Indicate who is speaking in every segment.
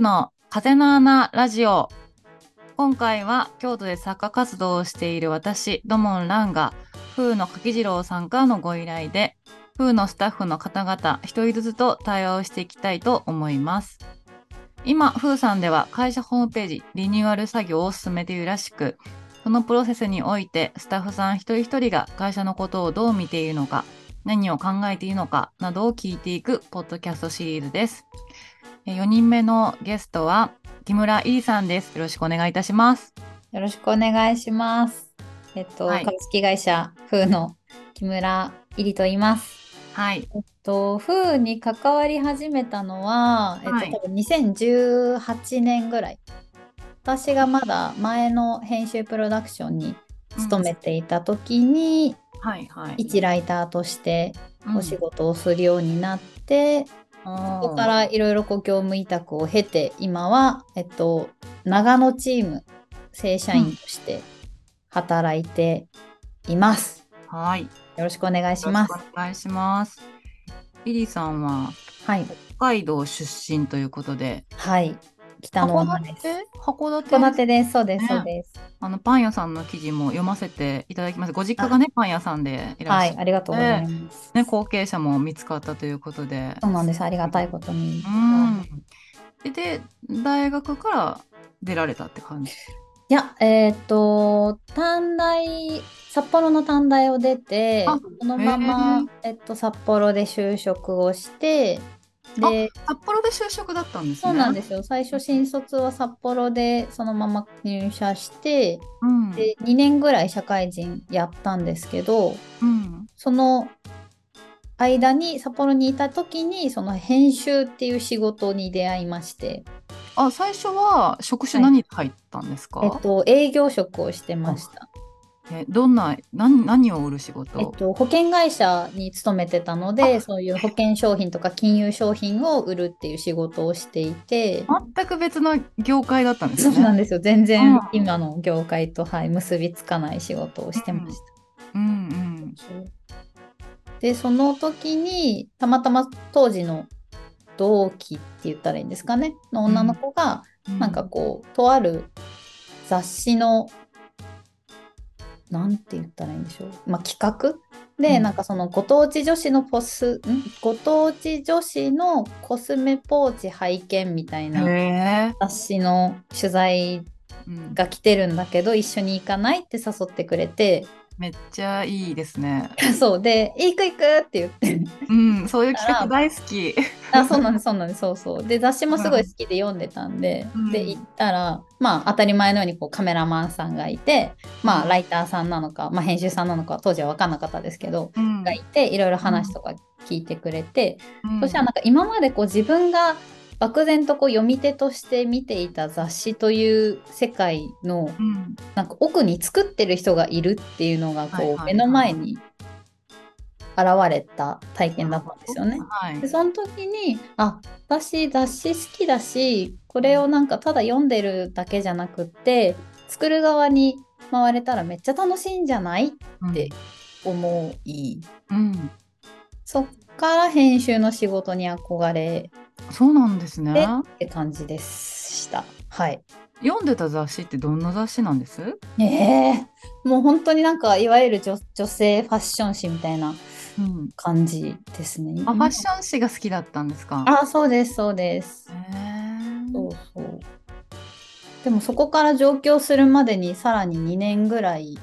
Speaker 1: の風の穴ラジオ。今回は京都で作家活動をしている私、土門蘭が、風の柿次郎さんからのご依頼で、風のスタッフの方々一人ずつと対話をしていきたいと思います。今、風さんでは会社ホームページリニューアル作業を進めているらしく、そのプロセスにおいてスタッフさん一人一人が会社のことをどう見ているのか、何を考えているのかなどを聞いていくポッドキャストシリーズです。4人目のゲストは木村いいさんです。よろしくお願いいたします。
Speaker 2: よろしくお願いします。えっと、
Speaker 1: はい
Speaker 2: 株式会社風の木村入りと言います。
Speaker 1: はい。
Speaker 2: えっと、風に関わり始めたのは、
Speaker 1: は
Speaker 2: え
Speaker 1: い
Speaker 2: っと、多分2018年ぐらい。私がまだ前の編集プロダクションに勤めていた時に、
Speaker 1: はいはい。
Speaker 2: 一ライターとしてお仕
Speaker 1: 事
Speaker 2: 事をするようになって、そこからいろいろこう業務委託を経て今は、えっと、長野チーム正社員として働いています。
Speaker 1: はい。
Speaker 2: よろしくお願いします
Speaker 1: よ。ろくお願いします。リリーさんは
Speaker 2: はい、
Speaker 1: 北海道出身ということで、
Speaker 2: はい、北の女です。
Speaker 1: 函館
Speaker 2: 函館です。そうです。
Speaker 1: ね
Speaker 2: そうです。
Speaker 1: あのパン屋さんの記事も読ませていただきます。ご実家がねパン屋さんでいらっ
Speaker 2: は
Speaker 1: しゃ
Speaker 2: い
Speaker 1: る、、
Speaker 2: ありがとうございます。
Speaker 1: ね後継者も見つかったということで、
Speaker 2: そうなんです。ありがたいことに。
Speaker 1: うん。でで大学から出られたって感じ。
Speaker 2: いや、えっ、と、短大、札幌の短大を出て、
Speaker 1: あ
Speaker 2: そのまま、えっと、札幌で就職をして、で、
Speaker 1: 札幌で就職だったんですね。
Speaker 2: そうなんですよ。最初新卒は札幌でそのまま入社して、
Speaker 1: うん。
Speaker 2: で2年ぐらい社会人やったんですけど、
Speaker 1: うん。
Speaker 2: その間に札幌にいた時にその編集っていう仕事に出会いまして、
Speaker 1: あ、最初は職種何入ったんですか。
Speaker 2: えっと営業職をしてました。
Speaker 1: えどんな何何を売る仕事。
Speaker 2: えっと保険会社に勤めてたの
Speaker 1: あ
Speaker 2: で、そういう保険商品とか金融商品を売るっていう仕事をしていて。
Speaker 1: 全く別の業界だったんです
Speaker 2: そう
Speaker 1: ね。
Speaker 2: なん
Speaker 1: で
Speaker 2: ですよ全然
Speaker 1: うん
Speaker 2: 今の業界と、はい、結びつかない仕事をしてました。
Speaker 1: す。うん
Speaker 2: でその時にたまたま当時の同期って言ったらいいんですかねの女の子が、
Speaker 1: うん。
Speaker 2: なんかこうとある雑誌のなんて言ったらいいんでしょう、まあ、企画で、
Speaker 1: うん
Speaker 2: なんかそのご当地女子のポスんご当地女子のコスメポーチ拝見みたいな
Speaker 1: へえ。
Speaker 2: 雑誌の取材
Speaker 1: うん。
Speaker 2: が来てるんだけど一緒に行かないって誘ってくれて
Speaker 1: めっちゃいいですね。
Speaker 2: そうで「行く行く!」って言って
Speaker 1: うん、そういう企画大好 き。
Speaker 2: あそうなんですそうなんですそうそうで雑誌もすごい好きで読んでたんで、
Speaker 1: うん
Speaker 2: で行ったらまあ当たり前のようにこうカメラマンさんがいてまあライターさんなのか、まあ、編集さんなのか当時は分かんなかったですけど、
Speaker 1: うん
Speaker 2: がいていろいろ話とか聞いてくれて、
Speaker 1: うん
Speaker 2: そしたらなんか今までこう自分が漠然とこう読み手として見ていた雑誌という世界の
Speaker 1: うん。
Speaker 2: なんか奥に作ってる人がいるっていうの
Speaker 1: は
Speaker 2: が
Speaker 1: いはい
Speaker 2: こ
Speaker 1: は
Speaker 2: う
Speaker 1: い
Speaker 2: 目の前に現れた体験だったんですよね。
Speaker 1: はい
Speaker 2: で。その時にあ私雑誌好きだしこれをなんかただ読んでるだけじゃなくって作る側に回れたらめっちゃ楽しいんじゃないってで思い
Speaker 1: うん。
Speaker 2: そっから編集の仕事に憧れ
Speaker 1: そうなんですね
Speaker 2: で。って感じでした。はい、
Speaker 1: 読んでた雑誌ってどんな雑誌なんです？
Speaker 2: ええもう本当になんかいわゆる女女性ファッション誌みたいな
Speaker 1: うん。
Speaker 2: 感じですね。
Speaker 1: あ、ファッション誌が好きだったんですか。
Speaker 2: あそうですそうです。
Speaker 1: へー
Speaker 2: そうそう。でもそこから上京するまでにさらに2年ぐらい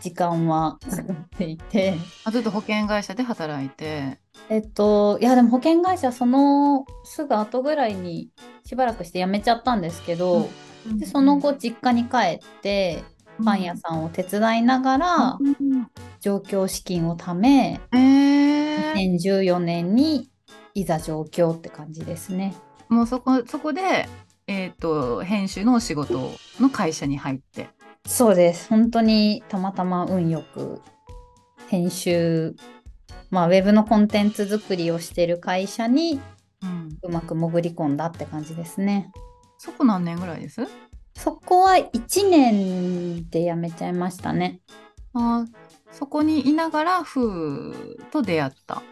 Speaker 2: 時間は使ってい て、
Speaker 1: あずっと保険会社で働いて、
Speaker 2: えっと、いやでも保険会社そのすぐ後ぐらいにしばらくして辞めちゃったんですけど、でその後実家に帰ってパン屋さんを手伝いながら
Speaker 1: うん
Speaker 2: 上京資金を貯め、
Speaker 1: えー、
Speaker 2: 2014年にいざ上京って感じですね。
Speaker 1: もうそこそこで、えー、と編集のお仕事の会社に入って、
Speaker 2: そうです。本当にたまたま運よく編集、まあ、ウェブのコンテンツ作りをしてる会社に
Speaker 1: うん、
Speaker 2: うまく潜り込んだって感じですね。
Speaker 1: そこ何年ぐらいです
Speaker 2: そこは1年で辞めちゃいましたね。
Speaker 1: あーそこにいながら風と出会った。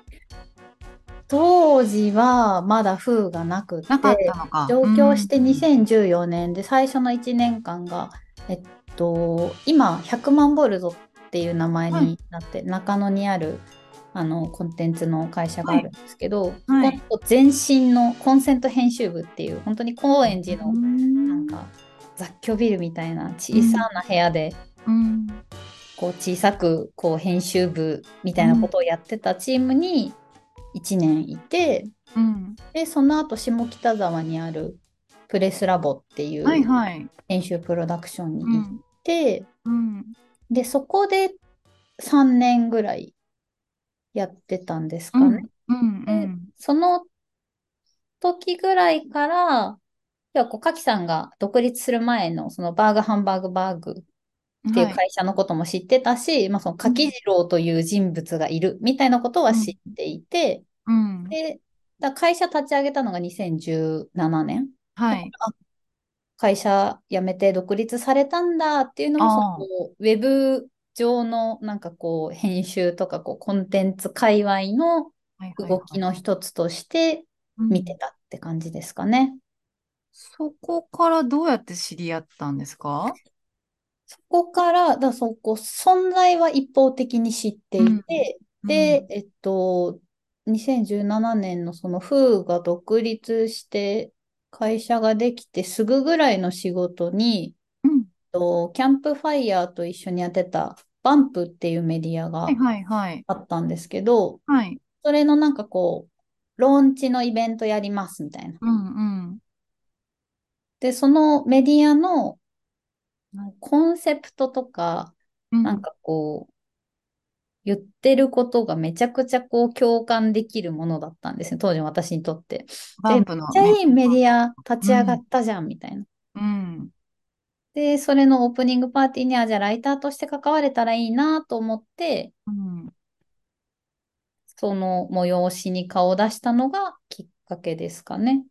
Speaker 2: 当時はまだ封がなくて
Speaker 1: なかったのか。
Speaker 2: 上京して
Speaker 1: うん
Speaker 2: 2014年で最初の1年間が、えっと、今100万ボルドっていう名前になって、中野にあるあのコンテンツの会社があるんですけど、
Speaker 1: はい
Speaker 2: そこの前身のコンセント編集部っていう本当に高円寺のなんか雑居ビルみたいな小さな部屋で、
Speaker 1: うん
Speaker 2: こう小さくこう編集部みたいなことをやってたチームに1年いて。
Speaker 1: うん
Speaker 2: でその後下北沢にあるプレスラボってい
Speaker 1: はいうはい。
Speaker 2: 編集プロダクションに
Speaker 1: う
Speaker 2: 行っ
Speaker 1: ん
Speaker 2: て、
Speaker 1: うん
Speaker 2: でそこで3年ぐらいやってたんですかね。
Speaker 1: うんうん
Speaker 2: その時ぐらいから要はこうカキさんが独立する前のそのバーグハンバーグバーグっていう
Speaker 1: はい
Speaker 2: 会社のことも知ってたし、まあ、その柿次郎という人物がいるみたいなことは知っていて、
Speaker 1: うん
Speaker 2: でだから会社立ち上げたのが2017年。
Speaker 1: はい。
Speaker 2: 会社辞めて独立されたんだっていうの
Speaker 1: ああ
Speaker 2: も、そのウェブ上のなんかこう編集とかこうコンテンツ界隈の動きの一つとして見て
Speaker 1: うん
Speaker 2: たって感じですかね。
Speaker 1: そこからどうやって知り合ったんですか
Speaker 2: そこから、だからそこ、存在は一方的に知っていて、で、えっと、2017年のそのフーが独立して会社ができてすぐぐらいの仕事に、
Speaker 1: うん、
Speaker 2: えっと、キャンプファイヤーと一緒にやってたバンプっていうメディアが
Speaker 1: はいはいはい。
Speaker 2: あったんですけど、
Speaker 1: はい。
Speaker 2: それのなんかこう、ローンチのイベントやりますみたいな。
Speaker 1: うんうん。
Speaker 2: で、そのメディアのなんかコンセプトとか、
Speaker 1: うん
Speaker 2: なんかこう、言ってることがめちゃくちゃこう共感できるものだったんですね、当時の私にとって。
Speaker 1: バンプの
Speaker 2: めっちゃ
Speaker 1: ね
Speaker 2: いいメディア立ち上がったじゃんみたいな。
Speaker 1: うん。
Speaker 2: で、それのオープニングパーティーには、じゃあライターとして関われたらいいなと思って、
Speaker 1: うん。
Speaker 2: その催しに顔を出したのがきっかけですかね。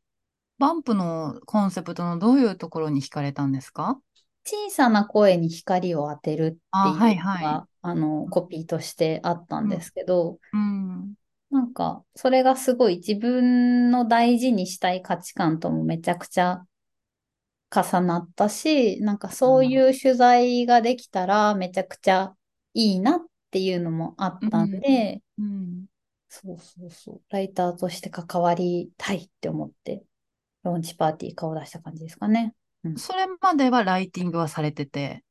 Speaker 1: バンプのコンセプトのどういうところに惹かれたんですか
Speaker 2: 小さな声に光を当てるっていう
Speaker 1: あ
Speaker 2: の
Speaker 1: はいはい
Speaker 2: が、あの、コピーとしてあったんですけど、
Speaker 1: うん。
Speaker 2: なんか、それがすごい自分の大事にしたい価値観ともめちゃくちゃ重なったし、なんかそういう取材ができたらめちゃくちゃいいなっていうのもあったんで、
Speaker 1: うん。
Speaker 2: そうそうそう、ライターとして関わりたいって思って、ローンチパーティー顔出した感じですかね。
Speaker 1: それまではライティングはされてて。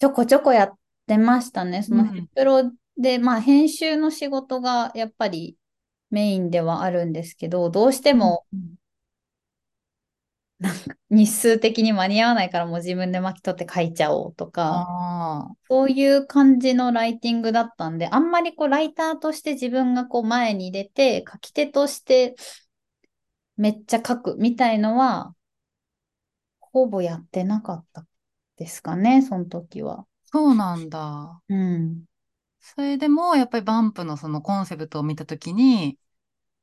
Speaker 2: ちょこちょこやってましたね。その
Speaker 1: うん
Speaker 2: ヘプロで、まあ編集の仕事がやっぱりメインではあるんですけど、どうしても日数的に間に合わないからもう自分で巻き取って書いちゃおうとか、
Speaker 1: ああ。
Speaker 2: そういう感じのライティングだったんで、あんまりこうライターとして自分がこう前に出て、書き手としてめっちゃ書くみたいのは、ほぼやってなかったですかね、その時は。
Speaker 1: そうなんだ。
Speaker 2: うん。
Speaker 1: それでも、やっぱりバンプのそのコンセプトを見たときに、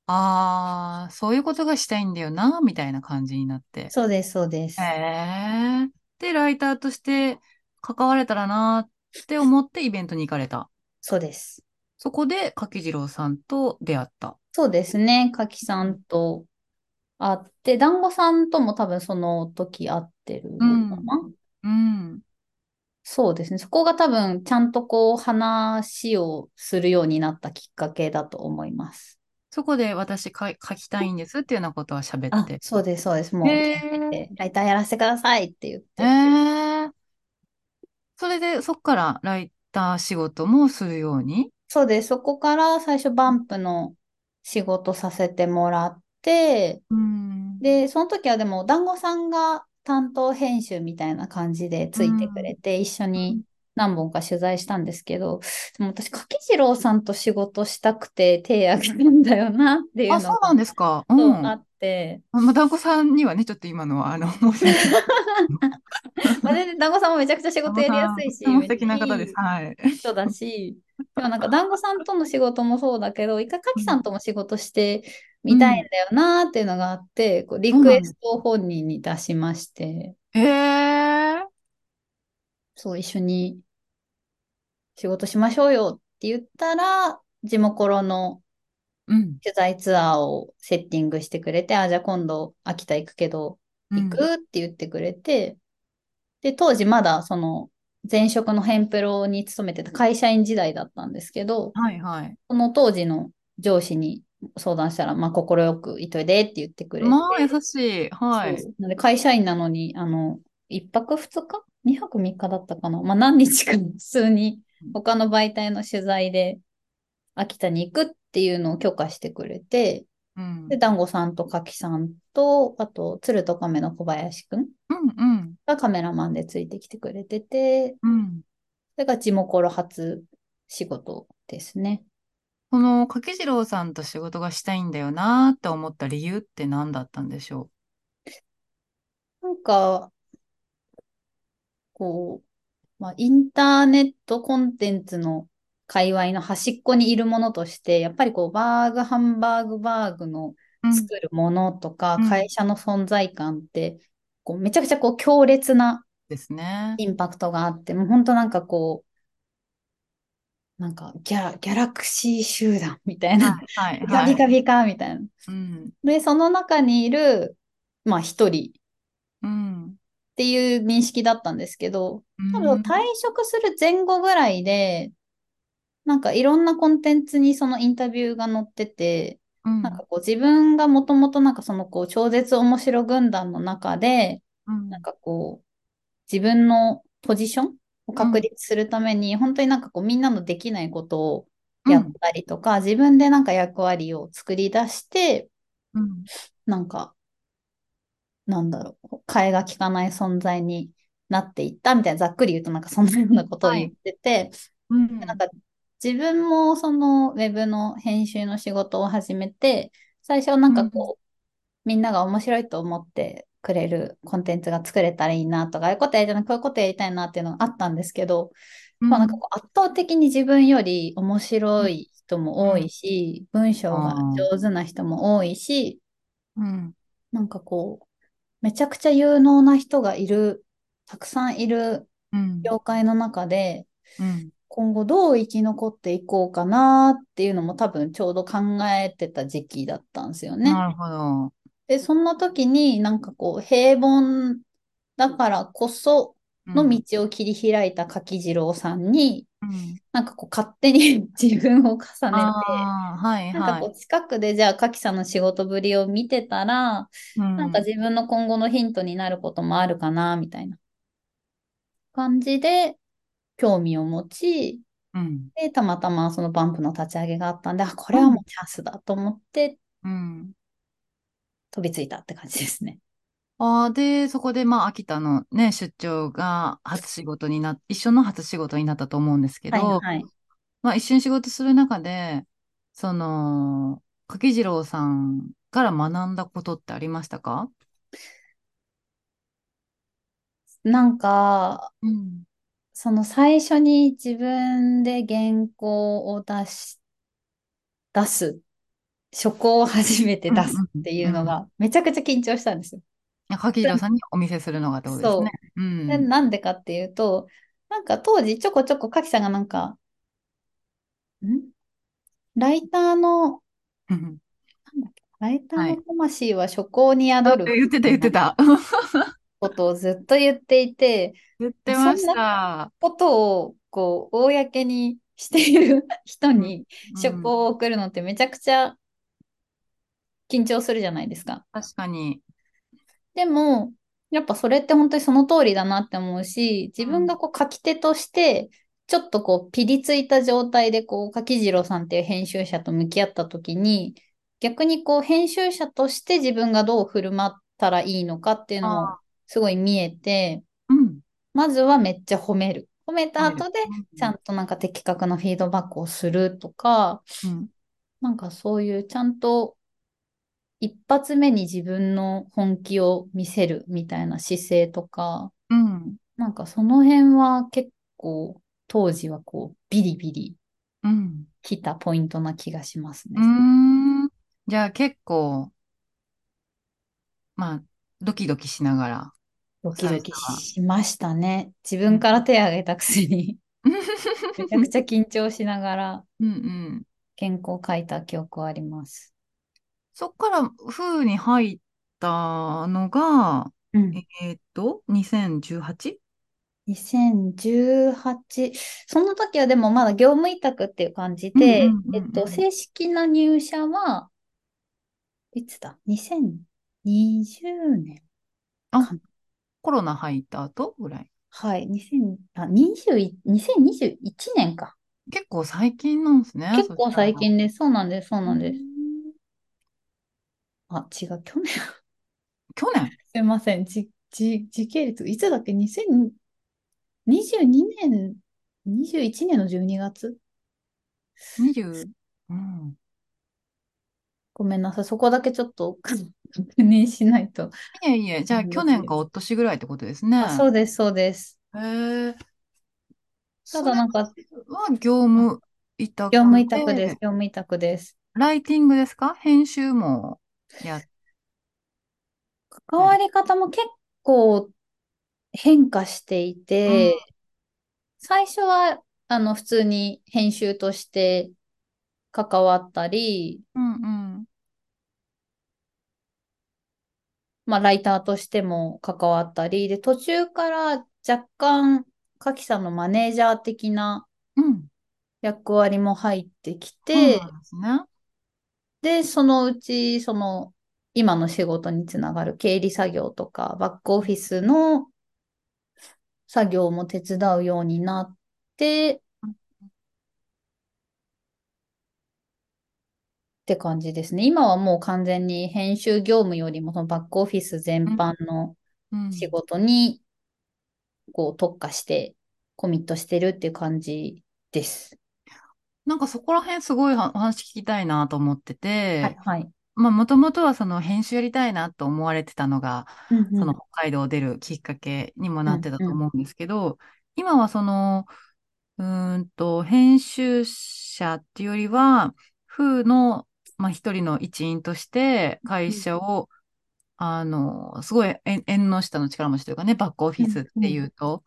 Speaker 1: ああ、そういうことがしたいんだよな、みたいな感じになって。
Speaker 2: そうです、そうです。
Speaker 1: へえ。で、ライターとして関われたらなって思ってイベントに行かれた。
Speaker 2: そうです。
Speaker 1: そこで柿次郎さんと出会った。
Speaker 2: そうですね。かきさんと会って、団子さんとも多分その時会ってるのかな。
Speaker 1: うん。
Speaker 2: そうですね。そこが多分ちゃんとこう話をするようになったきっかけだと思います。
Speaker 1: そこで私か書きたいんですっていうようなことは喋
Speaker 2: あ
Speaker 1: っ、て。
Speaker 2: そうです、そうです。もう、
Speaker 1: へー
Speaker 2: ライターやらせてくださいって言っ
Speaker 1: え
Speaker 2: て。
Speaker 1: え。それで、そっからライター仕事もするように。
Speaker 2: そうです。そこから最初バンプの仕事させてもらって、
Speaker 1: うん
Speaker 2: で、その時はでも、団子さんが担当編集みたいな感じでついてくれて、一緒に何本か取材したんですけど、でも私、柿次郎さんと仕事したくて手挙げたんだよなっていうの
Speaker 1: あ、そうなんですか。う
Speaker 2: が
Speaker 1: ん。
Speaker 2: そうあ
Speaker 1: あ
Speaker 2: って、
Speaker 1: まあ、団子さんにはね、ちょっと今のは、あの、申し訳ない。
Speaker 2: まあ、全然団子さんもめちゃくちゃ仕事やりやすいし、
Speaker 1: とても素
Speaker 2: めっちゃ
Speaker 1: 敵な方です。
Speaker 2: い
Speaker 1: はい。
Speaker 2: い人だし、でもなんか団子さんとの仕事もそうだけど、一回柿さんとも仕事してみたいんだよなっていうのがあって、こうリクエストを本人に出しまして、
Speaker 1: へえ。
Speaker 2: そう、一緒に仕事しましょうよって言ったら、地元の
Speaker 1: うん。
Speaker 2: 取材ツアーをセッティングしてくれて、あ、じゃあ今度秋田行くけど、行くって言ってくれて、で、当時まだその前職のヘンプロに勤めてた会社員時代だったんですけど、
Speaker 1: はいはい。
Speaker 2: その当時の上司に相談したら、まあ、快くいといでって言ってくれて、
Speaker 1: まあ、優しい。はい。
Speaker 2: そうなので会社員なのに、あの、1泊2日 ?2 泊3日だったかなまあ、何日か普通に他の媒体の取材で秋田に行くっていうのを許可してくれて、
Speaker 1: うん。
Speaker 2: で、団子さんと柿さんと、あと、鶴と亀の小林くん
Speaker 1: うんうん。
Speaker 2: がカメラマンでついてきてくれてて、
Speaker 1: うん。
Speaker 2: それが地元ロ初仕事ですね。
Speaker 1: この柿次郎さんと仕事がしたいんだよなーって思った理由って何だったんでしょ
Speaker 2: なんか、こう、まあ、インターネットコンテンツの界隈の端っこにいるものとして、やっぱりこう、バーグ、ハンバーグ、バーグ
Speaker 1: う。
Speaker 2: の
Speaker 1: うん
Speaker 2: 作るものとか、
Speaker 1: うん
Speaker 2: 会社の存在感って、こうめちゃくちゃこう強烈な
Speaker 1: ですね。
Speaker 2: インパクトがあって、もう本当なんかこう、なんかギャラ、ギャラクシー集団みたいな、
Speaker 1: はいはい
Speaker 2: ガ
Speaker 1: はい。
Speaker 2: ビガビかみたいな。
Speaker 1: うん。
Speaker 2: で、その中にいる、まあ一人っ
Speaker 1: うん。
Speaker 2: ていう認識だったんですけど、多
Speaker 1: う
Speaker 2: 分
Speaker 1: ん
Speaker 2: 退職する前後ぐらいで、なんかいろんなコンテンツにそのインタビューが載ってて、
Speaker 1: うん
Speaker 2: なんかこう自分がもともとなんかそのこう超絶面白軍団の中で、
Speaker 1: うん
Speaker 2: なんかこう自分のポジションを確立するために、本当になんかこうみんなのできないことをやったりとか、自分でなんか役割を作り出して、
Speaker 1: うん
Speaker 2: なんか、なんだろう、替えがきかない存在になっていったみたいな、ざっくり言うとなんかそんなようなことを言ってて、
Speaker 1: うん
Speaker 2: なんか自分もそのウェブの編集の仕事を始めて、最初はなんかこう、みんなが面白いと思ってくれるコンテンツが作れたらいいなとか、ああいうことやりたいな、こういうことやりたいなっていうのがあったんですけど、
Speaker 1: うん
Speaker 2: まあなんかこう圧倒的に自分より面白い人も多いし、文章が上手な人も多いし、
Speaker 1: うん
Speaker 2: なんかこう、めちゃくちゃ有能な人がいる、たくさんいる
Speaker 1: うん
Speaker 2: 業界の中で、
Speaker 1: うん
Speaker 2: 今後どう生き残っていこうかなっていうのも多分ちょうど考えてた時期だったんですよね。
Speaker 1: なるほど。
Speaker 2: で、そんな時になんかこう、平凡だからこその
Speaker 1: うん
Speaker 2: 道を切り開いた柿次郎さんに、
Speaker 1: うん
Speaker 2: なんかこう、勝手に 自分を重ねて、
Speaker 1: あーはい
Speaker 2: なんか
Speaker 1: は
Speaker 2: こ
Speaker 1: い。
Speaker 2: う、近くでじゃあ柿さんの仕事ぶりを見てたら、
Speaker 1: な
Speaker 2: なんか自分の今後のヒントになることもあるかな、みたいな感じで興味を持ち、
Speaker 1: うん
Speaker 2: で、たまたまそのバンプの立ち上げがあったんで、あ、これはもうチャンスだと思って
Speaker 1: うん。
Speaker 2: 飛びついたって感じですね。
Speaker 1: ああ、で、そこで、まあ、秋田のね、出張が初仕事にな、一緒の初仕事になったと思うんですけ
Speaker 2: はい
Speaker 1: ど、
Speaker 2: はい。
Speaker 1: まあ、一緒に仕事する中で、その、柿次郎さんから学んだことってありましたか
Speaker 2: なんか、
Speaker 1: うん。
Speaker 2: その最初に自分で原稿を出し、出す、初稿を初めて出すっていうのが、めちゃくちゃ緊張したんですよ。
Speaker 1: 柿次郎さんにお見せするのがってことですね。うん。
Speaker 2: でなんでかっていうと、なんか当時ちょこちょこカキさんがなんか、んライターの、
Speaker 1: うん
Speaker 2: ライタ
Speaker 1: は
Speaker 2: ー
Speaker 1: い
Speaker 2: の魂は初行に宿る
Speaker 1: 言ってた言ってた。
Speaker 2: ことをずっと言っていて、
Speaker 1: 言ってました。
Speaker 2: ことをこう、公にしている 人に
Speaker 1: う
Speaker 2: 初
Speaker 1: ん
Speaker 2: 行を送るのってめちゃくちゃ緊張するじゃないですか。
Speaker 1: 確かに。
Speaker 2: でも、やっぱそれって本当にその通りだなって思うし、自分がこう書き手として、ちょっとこうピリついた状態でこう柿次郎さんっていう編集者と向き合った時に、逆にこう編集者として自分がどう振る舞ったらいいのかっていうのもすごい見えて、
Speaker 1: うん。
Speaker 2: まずはめっちゃ褒める。褒めた後で、ちゃ
Speaker 1: ん
Speaker 2: んとなんか的確なフィードバックをするとか、
Speaker 1: うん。
Speaker 2: なんかそういうちゃんと一発目に自分の本気を見せるみたいな姿勢とか、
Speaker 1: うん。
Speaker 2: なんかその辺は結構当時はこうビリビリ
Speaker 1: うん。
Speaker 2: 来たポイントな気がします
Speaker 1: う
Speaker 2: ね。
Speaker 1: ーん。じゃあ結構、まあ、ドキドキしなが ら。
Speaker 2: ドキドキしましたね。自分から手を挙げたくせにめちゃくちゃ緊張しながら
Speaker 1: うんうん。
Speaker 2: 原稿を書いた記憶はあります。
Speaker 1: そっから風に入ったのが、
Speaker 2: うん
Speaker 1: えーっと、2018?
Speaker 2: 2018、その時はでもまだ業務委託っていう感じで、
Speaker 1: うんうんうんうん
Speaker 2: えっと、正式な入社は、いつだ ?2020 年。
Speaker 1: コロナ入った後ぐらい。
Speaker 2: はい、2000、あ、20、2021年か。
Speaker 1: 結構最近なんですね。
Speaker 2: 結構
Speaker 1: そしたら
Speaker 2: 最近です。そうなんです、そうなんです
Speaker 1: う。
Speaker 2: あ、違う、去年。す
Speaker 1: 去年
Speaker 2: いません、じ、じ、時系列、いつだっけ ?2022 年、21年の12月
Speaker 1: ?20、うん。
Speaker 2: ごめんなさい、そこだけちょっと 確認しないと。
Speaker 1: いえいえ、じゃあ去年かおとしぐらいってことですね。
Speaker 2: あ、そうです、そうです。
Speaker 1: へえ。
Speaker 2: ただなんか、業
Speaker 1: それは業務委託で。
Speaker 2: 務委託です、業務委託です。
Speaker 1: ライティングですか編集もやっ
Speaker 2: 関わり方も結構変化していて、
Speaker 1: うん
Speaker 2: 最初はあの普通に編集として関わったり、
Speaker 1: うんうん。
Speaker 2: まあ、ライターとしても関わったり、で、途中から若干、カキさんのマネージャー的な
Speaker 1: うん。
Speaker 2: 役割も入ってき
Speaker 1: そう
Speaker 2: て、
Speaker 1: なんですね。
Speaker 2: で、そのうち、その、今の仕事につながる経理作業とか、バックオフィスの作業も手伝うようになって、って感じですね。今はもう完全に編集業務よりも、そのバックオフィス全般の
Speaker 1: うん。
Speaker 2: 仕事に、こう、特化して、コミットしてるっていう感じです。
Speaker 1: なんかそこら辺すごいはお話聞きたいなと思ってて、
Speaker 2: はい、はい。
Speaker 1: まあもともとはその編集やりたいなと思われてたのが、
Speaker 2: うん
Speaker 1: そ
Speaker 2: うん
Speaker 1: の北海道を出るきっかけにもなってたと思うんですけど、今はその、うーんと、編集者っていうよりは、風の、まあ、一人の一員として会社を、あの、すごい縁縁の下の力持ちというかね、バックオフィスっていうと、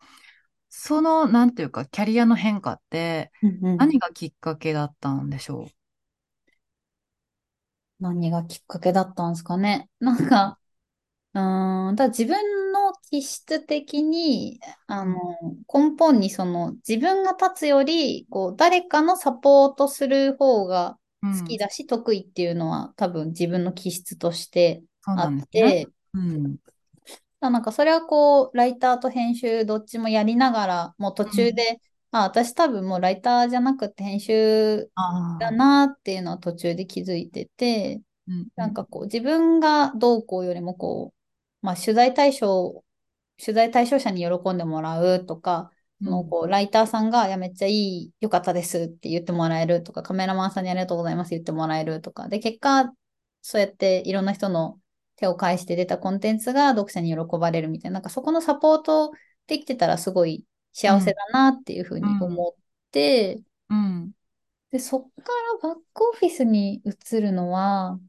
Speaker 1: その、なんていうか、キャリアの変化って
Speaker 2: うんうん
Speaker 1: 何がきっかけだったんでしょ
Speaker 2: 何がきっかけだったんですかね。 なんか、うーん、だから自分の気質的に、あの、根本にその自分が立つより、こう、誰かのサポートする方が
Speaker 1: う、うん
Speaker 2: 好きだし、得意っていうのは多分自分の気質として
Speaker 1: そう
Speaker 2: あ
Speaker 1: なんで
Speaker 2: っ
Speaker 1: すね。
Speaker 2: て、
Speaker 1: うん。
Speaker 2: まあなんかそれはこう、ライターと編集どっちもやりながら、もう途中で、あ、私多分もうライターじゃなくて編集
Speaker 1: あ
Speaker 2: だ
Speaker 1: あ。
Speaker 2: なっていうのは途中で気づいてて、
Speaker 1: うん
Speaker 2: なんかこう、自分がどうこうよりもこう、まあ取材対象、取材対象者に喜んでもらうとか、
Speaker 1: うん
Speaker 2: そのこうライターさんが、いや、めっちゃいい、良かったですって言ってもらえるとか、カメラマンさんにありがとうございます言ってもらえるとか、で、結果、そうやっていろんな人の手を介して出たコンテンツが読者に喜ばれるみたいな、なんかそこのサポートできてたらすごい幸せだなっていうふうに思って、
Speaker 1: うん。
Speaker 2: で、そっからバックオフィスに移るのは、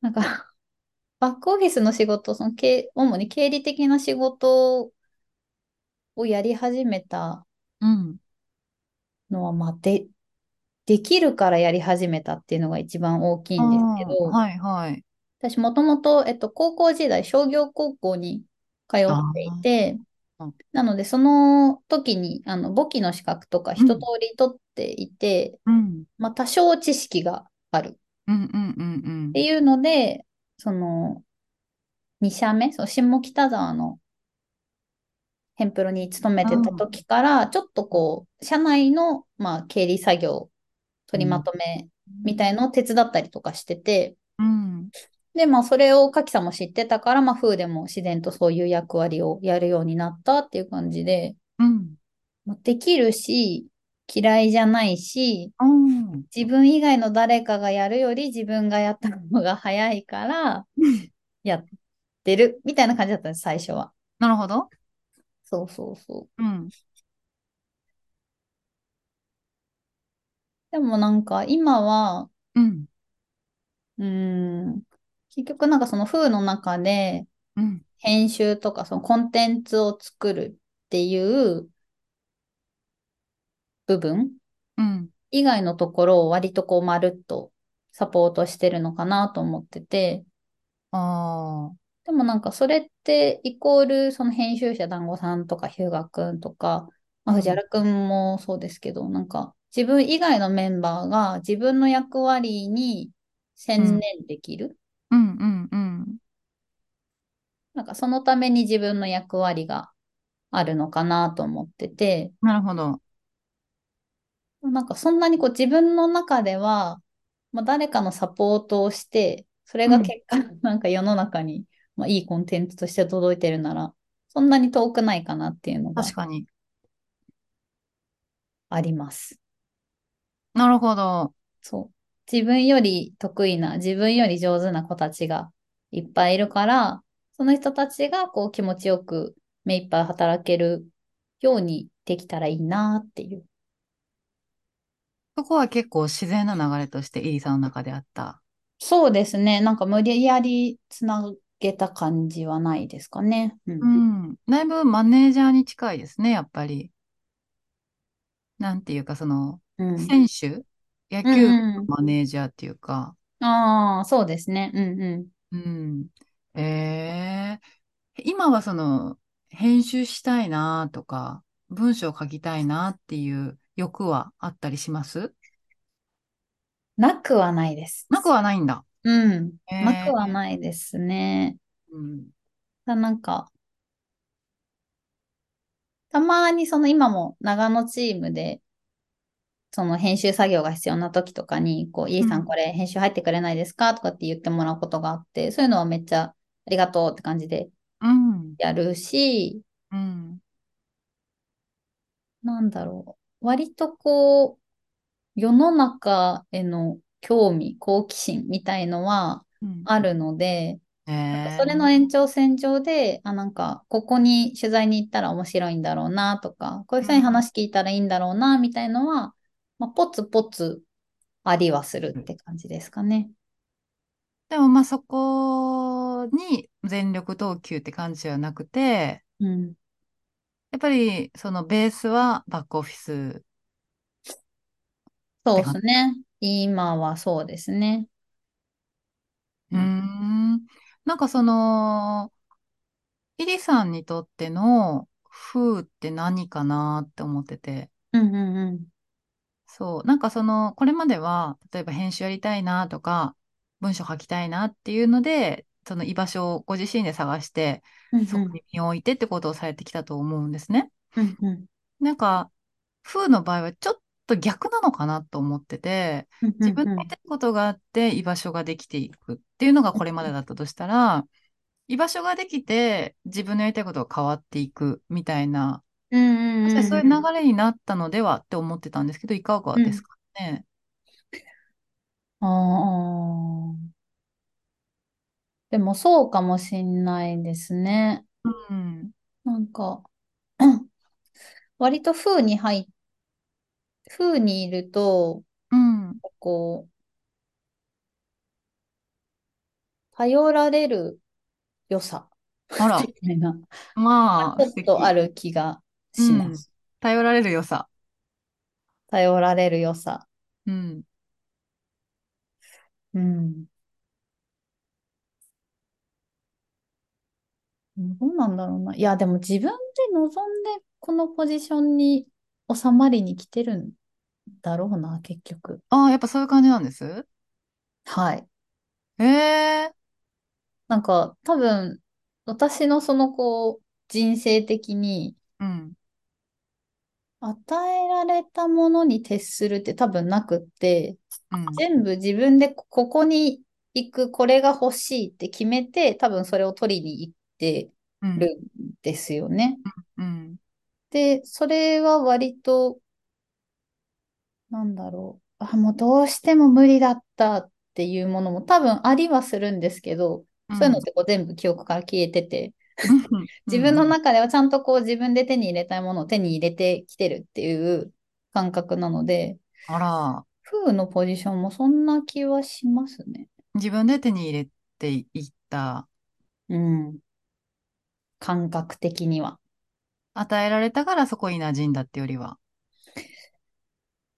Speaker 2: なんか、 バックオフィスの仕事、その経、主に経理的な仕事をやり始めた
Speaker 1: うん。
Speaker 2: のは、まあ、で、できるからやり始めたっていうのが一番大きいんですけど、
Speaker 1: あーはいはい。
Speaker 2: 私もともと、えっと、高校時代、商業高校に通っていて
Speaker 1: あーうん、
Speaker 2: なので、その時に、あの、簿記の資格とか一通り取っていて、
Speaker 1: うん。
Speaker 2: まあ、多少知識があるっ
Speaker 1: うんうんうん
Speaker 2: ていうので、その、2社目、そう、下北沢のヘンプロに勤めてた時から、ちょっとこう、社内の、まあ、経理作業、取りまとめ
Speaker 1: うん。
Speaker 2: みたいのを手伝ったりとかしてて、
Speaker 1: うん。
Speaker 2: で、まあ、それを柿さんも知ってたから、まあ、風でも自然とそういう役割をやるようになったっていう感じで、
Speaker 1: うん。
Speaker 2: まあできるし、嫌いじゃないし、
Speaker 1: うん。
Speaker 2: 自分以外の誰かがやるより自分がやったのが早いから
Speaker 1: うん、
Speaker 2: やってるみたいな感じだったんです、最初は。
Speaker 1: なるほど。
Speaker 2: そうそうそう。
Speaker 1: うん。
Speaker 2: でもなんか今は、
Speaker 1: うん。
Speaker 2: うーん、結局なんかその風の中で
Speaker 1: うん。
Speaker 2: 編集とかそのコンテンツを作るっていう部分
Speaker 1: うん。
Speaker 2: 以外のところを割とこうまるっとサポートしてるのかなと思ってて、
Speaker 1: あ
Speaker 2: でもなんかそれってイコールその編集者団子さんとかヒューガくんとか、まあ、
Speaker 1: うん
Speaker 2: 藤原くんもそうですけど、なんか自分以外のメンバーが自分の役割に専念できる。
Speaker 1: あ、うんうんうん。
Speaker 2: なんかそのために自分の役割があるのかなと思ってて、
Speaker 1: なるほど。
Speaker 2: なんかそんなにこう自分の中では、まあ、誰かのサポートをして、それが結果、なんか世の中に、まあ、いいコンテンツとして届いてるなら、そんなに遠くないかなっていうのが
Speaker 1: 確かに。
Speaker 2: あります。
Speaker 1: なるほど。
Speaker 2: そう。自分より得意な、自分より上手な子たちがいっぱいいるから、その人たちがこう気持ちよく目いっぱい働けるようにできたらいいなっていう。
Speaker 1: そこは結構自然な流れとしてイリさんの中であった。
Speaker 2: そうですね。なんか無理やりつなげた感じはないですかね。うん
Speaker 1: うん。だいぶマネージャーに近いですね、やっぱり。なんていうか、その、
Speaker 2: うん
Speaker 1: 選手、野球部のマネージャーっていうか、
Speaker 2: ああ、そうですね。う
Speaker 1: う
Speaker 2: んう
Speaker 1: ん。ええ今はその、編集したいなとか、文章書きたいなっていう欲はあったりします
Speaker 2: ん。なくはないです。
Speaker 1: なくはないんだ。
Speaker 2: うん。
Speaker 1: へー
Speaker 2: なくはないですね。
Speaker 1: うん。
Speaker 2: ただなんか、たまにその今も長野チームで、その編集作業が必要な時とかに、こう、イーさ
Speaker 1: うん
Speaker 2: んこれ編集入ってくれないですかとかって言ってもらうことがあって、そういうのはめっちゃありがとうって感じで
Speaker 1: うん。
Speaker 2: やるし、
Speaker 1: うん。
Speaker 2: なんだろう。割とこう、世の中への興味、好奇心みたいのは
Speaker 1: うん
Speaker 2: あるので、
Speaker 1: ええ
Speaker 2: それの延長線上で、あ、なんか、ここに取材に行ったら面白いんだろうなとか、こういう人に話聞いたらいいんだろうな、みたいのは、まあ、ポツポツありはするって感じですかね。
Speaker 1: でもまあそこに全力投球って感じではなくて、
Speaker 2: うん。
Speaker 1: やっぱりそのベースはバックオフィス。
Speaker 2: そうですね。今はそうですね。
Speaker 1: う
Speaker 2: う
Speaker 1: ー
Speaker 2: ん
Speaker 1: ん。なんかその、イリさんにとっての風って何かなって思ってて。
Speaker 2: うんうんうん。
Speaker 1: そう。なんかその、これまでは、例えば編集やりたいなとか、文章書きたいなっていうので、その居場所をご自身で探して、
Speaker 2: うん
Speaker 1: そこに身を置いてってことをされてきたと思うんですね。
Speaker 2: うんうん
Speaker 1: なんか、風の場合はちょっと逆なのかなと思ってて、
Speaker 2: うん
Speaker 1: 自分の
Speaker 2: うん
Speaker 1: やりたいことがあって居場所ができていくっていうのがこれまでだったとしたら、居場所ができて自分のやりたいことが変わっていくみたいな、
Speaker 2: うんうん
Speaker 1: そういう流れになったのではって思ってたんですけど、いかがですかね。
Speaker 2: ああ。でもそうかもしんないですね。
Speaker 1: うん。
Speaker 2: なんか、 割と風に入っ、風にいると、
Speaker 1: うん。
Speaker 2: こう、頼られる良さ
Speaker 1: あら、
Speaker 2: みたいな、
Speaker 1: まあ、
Speaker 2: ちょっとあ
Speaker 1: る。
Speaker 2: る気がします。
Speaker 1: 頼られる良さ。
Speaker 2: 頼られる良さ。
Speaker 1: うん。
Speaker 2: うん。どうなんだろうな。いや、でも自分で望んでこのポジションに収まりに来てるんだろうな、結局。
Speaker 1: ああ、やっぱそういう感じなんです
Speaker 2: はい。
Speaker 1: ええ
Speaker 2: なんか多分、私のそのこう、人生的に
Speaker 1: うん。
Speaker 2: 与えられたものに徹するって多分なくって、
Speaker 1: うん。
Speaker 2: 全部自分でこここに行く、これが欲しいって決めて、多分それを取りに行って
Speaker 1: うん。
Speaker 2: るんですよね。
Speaker 1: うん。
Speaker 2: で、それは割と、なんだろう。あ、もうどうしても無理だったっていうものも多分ありはするんですけど、そういうのってこう全部記憶から消えてて、自分の中ではちゃんとこう自分で手に入れたいものを手に入れてきてるっていう感覚なので、
Speaker 1: うんあら、
Speaker 2: 風のポジションもそんな気はしますね。
Speaker 1: 自分で手に入れていった、
Speaker 2: うん。感覚的には。
Speaker 1: 与えられたからそこに馴染んだってよりは。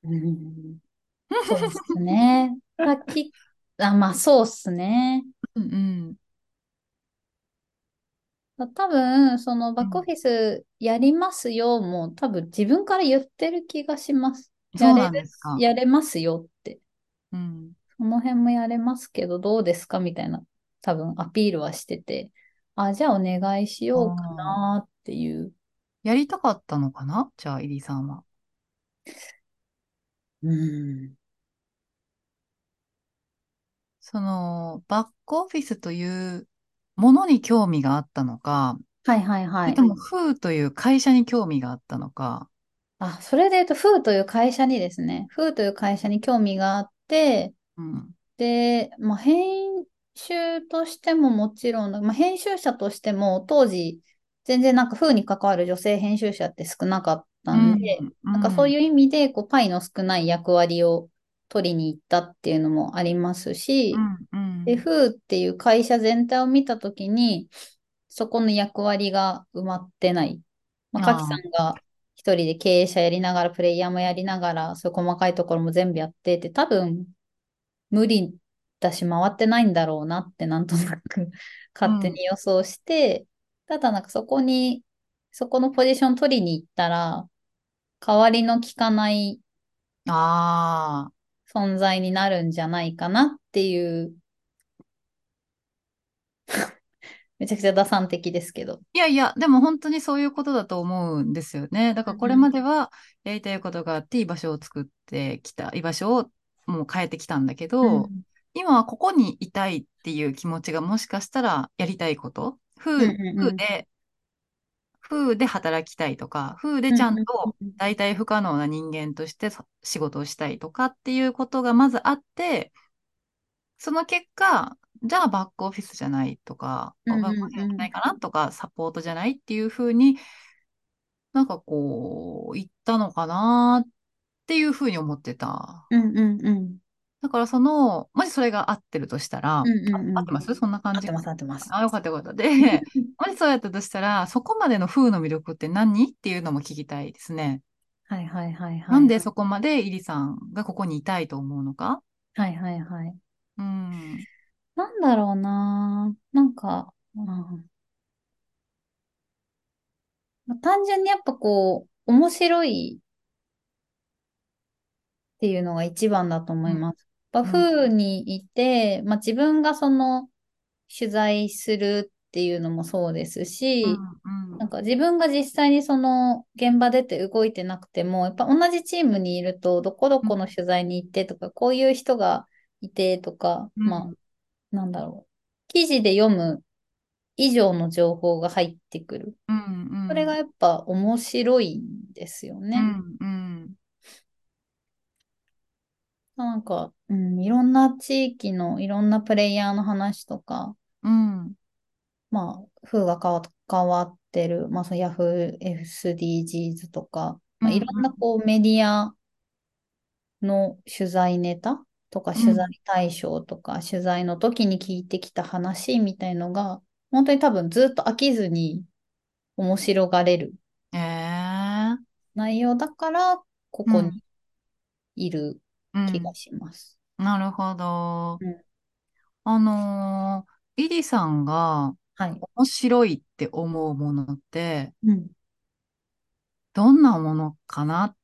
Speaker 2: うんそうですね。さっき、あ、まあそうっすね。
Speaker 1: うんうん。
Speaker 2: 多分、そのバックオフィスやりますよ、もう多分自分から言ってる気がします。
Speaker 1: そうなんですか。
Speaker 2: やれますよって。
Speaker 1: うん。
Speaker 2: その辺もやれますけど、どうですかみたいな、多分アピールはしてて、あ、じゃあお願いしようかなっていう。
Speaker 1: やりたかったのかなじゃあ、イリさんは。
Speaker 2: うん。
Speaker 1: その、バックオフィスというものに興味があったのか、
Speaker 2: はいはいはい
Speaker 1: で。も、フーという会社に興味があったのか。
Speaker 2: あ、それで言うと、フーという会社にですね、フーという会社に興味があって、
Speaker 1: うん。
Speaker 2: で、まあ、編集としてももちろんだ、まあ、編集者としても当時全然なんか風に関わる女性編集者って少なかったんで、
Speaker 1: うん、
Speaker 2: なんかそう
Speaker 1: う
Speaker 2: いう意味でこうパイの少ない役割を取りに行ったっていうのもありますし、
Speaker 1: ん、うん、
Speaker 2: で、風っていう会社全体を見たときに、そこの役割が埋まってない。まあ、
Speaker 1: あー
Speaker 2: かきさんが一人で経営者やりながら、プレイヤーもやりながら、そういう細かいところも全部やってて、多分、無理だし、回ってないんだろうなって、なんとなく 勝手に予想して、ただなんかそこに、そこのポジション取りに行ったら、代わりの効かない
Speaker 1: ああ、
Speaker 2: 存在になるんじゃないかなっていう。 めちゃくちゃ打算的ですけど。
Speaker 1: いやいや、でも本当にそういうことだと思うんですよね。だからこれまではやりたいことがあって居場所を作ってきた、居場所をもう変えてきたんだけど、
Speaker 2: うん
Speaker 1: 今はここにいたいっていう気持ちがもしかしたらやりたいこと、
Speaker 2: んう
Speaker 1: 風、
Speaker 2: んうん
Speaker 1: 風で、風で働きたいとか、風でちゃんと
Speaker 2: うんうん
Speaker 1: 代替不可能な人間としてそ仕事をしたいとかっていうことがまずあって、その結果、じゃあバックオフィスじゃないとか、
Speaker 2: うんうん
Speaker 1: バ
Speaker 2: うん
Speaker 1: ックオフィスじゃないかなとか、サポートじゃないっていうふうになんかこう、言ったのかなっていうふうに思ってた。
Speaker 2: うんうんうん。
Speaker 1: だからその、もしそれが合ってるとしたら、
Speaker 2: うんうんうん
Speaker 1: あ合ってますそんな
Speaker 2: 合
Speaker 1: 感
Speaker 2: っ
Speaker 1: じ
Speaker 2: てます、合ってます。
Speaker 1: あ、よかったよかった。で、 もしそうやったとしたら、そこまでの風の魅力って何っていうのも聞きたいですね。
Speaker 2: はいはいはいはい。
Speaker 1: なんでそこまでイリさんがここにいたいと思うのか
Speaker 2: はいはいはい。
Speaker 1: うん。
Speaker 2: なんだろうななんか、うんまあ単純にやっぱこう、面白いっていうのが一番だと思います。やっぱ風にいて、まあ自分がその取材するっていうのもそうですし、
Speaker 1: うん
Speaker 2: なんか自分が実際にその現場出て動いてなくても、やっぱ同じチームにいると、どこどこの取材に行ってとか、こういう人がいてとか、
Speaker 1: うん
Speaker 2: まあ、なんだろう。記事で読む以上の情報が入ってくる。
Speaker 1: うんうん。
Speaker 2: それがやっぱ面白いんですよ
Speaker 1: う
Speaker 2: ね。
Speaker 1: んうん。
Speaker 2: なんか、うん、いろんな地域のいろんなプレイヤーの話とか、
Speaker 1: うん。
Speaker 2: まあ、風が変わ変わってる、まあ、その Yahoo SDGs とか、まあ、いろんなこうメディアの取材ネタとか、
Speaker 1: ん
Speaker 2: 取材対象とか、取材の時に聞いてきた話みたいのが、本当に多分ずっと飽きずに面白がれる
Speaker 1: ええ
Speaker 2: 内容だから、ここにいる
Speaker 1: うん
Speaker 2: 気がします。
Speaker 1: なるほど。
Speaker 2: うん
Speaker 1: あのー、イリさんが
Speaker 2: はい。
Speaker 1: 面白いって思うものって、
Speaker 2: うん。
Speaker 1: どんなものかな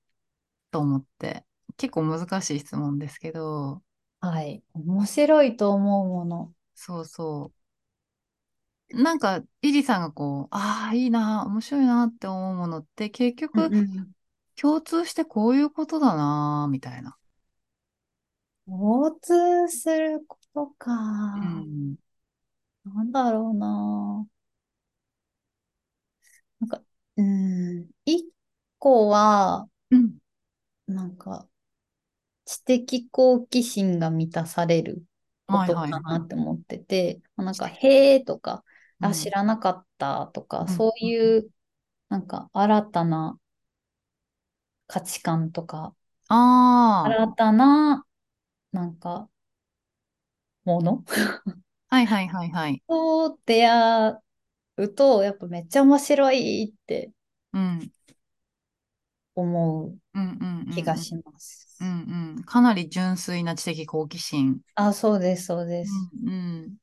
Speaker 1: と思って、結構難しい質問ですけど、
Speaker 2: はい。面白いと思うもの。
Speaker 1: そうそう。なんか、イリさんがこう、ああ、いいな、面白いなって思うものって、結局、共通してこういうことだな、みたいな。
Speaker 2: 共通することか。
Speaker 1: うん
Speaker 2: なんだろうな。なんか、うん。一個は、
Speaker 1: うん。
Speaker 2: なんか、知的好奇心が満たされるこ
Speaker 1: はい
Speaker 2: と
Speaker 1: は
Speaker 2: か
Speaker 1: いはい
Speaker 2: なって思ってて、なんか、へーとか、
Speaker 1: うん
Speaker 2: あ、知らなかったとか、
Speaker 1: ん
Speaker 2: そういう、なんか、新たな価値観とか、
Speaker 1: あ
Speaker 2: 新たな、なんか、もの
Speaker 1: あ、はいはいはいはい。
Speaker 2: と出会うと、やっぱめっちゃ面白いって
Speaker 1: うん。
Speaker 2: 思
Speaker 1: うんうんうん
Speaker 2: う気がします。
Speaker 1: うんうん、かなり純粋な知的好奇心。
Speaker 2: あ、そうです、そうです。
Speaker 1: うん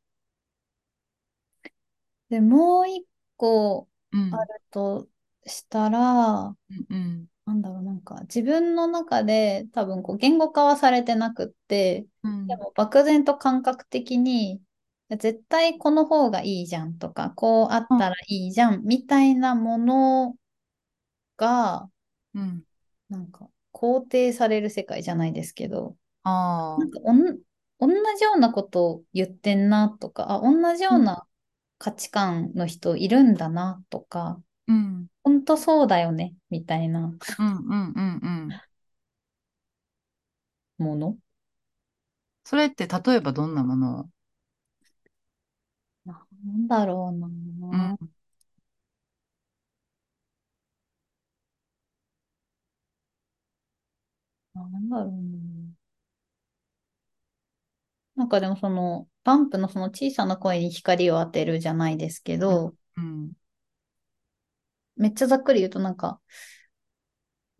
Speaker 2: で、もう一個
Speaker 1: うんうん
Speaker 2: あるとしたら、
Speaker 1: うん
Speaker 2: なんだろう、なんか自分の中で多分こう言語化はされてなくって、
Speaker 1: うん
Speaker 2: でも漠然と感覚的に、絶対この方がいいじゃんとか、こうあったらいいじゃんみたいなものが、
Speaker 1: うん
Speaker 2: なんか肯定される世界じゃないですけど、
Speaker 1: あ
Speaker 2: なんかおん同じようなことを言ってんなとか、あ、同じような価値観の人いるんだなとか、
Speaker 1: ーうん
Speaker 2: ほんとそうだよね、みたいな
Speaker 1: うんうんうんうん。
Speaker 2: もの。
Speaker 1: それって例えばどんなもの
Speaker 2: なんだろうな
Speaker 1: う、ん
Speaker 2: なんだろうな。なんかでもその、バンプのその小さな声に光を当てるじゃないですけど、
Speaker 1: うん
Speaker 2: めっちゃざっくり言うとなんか、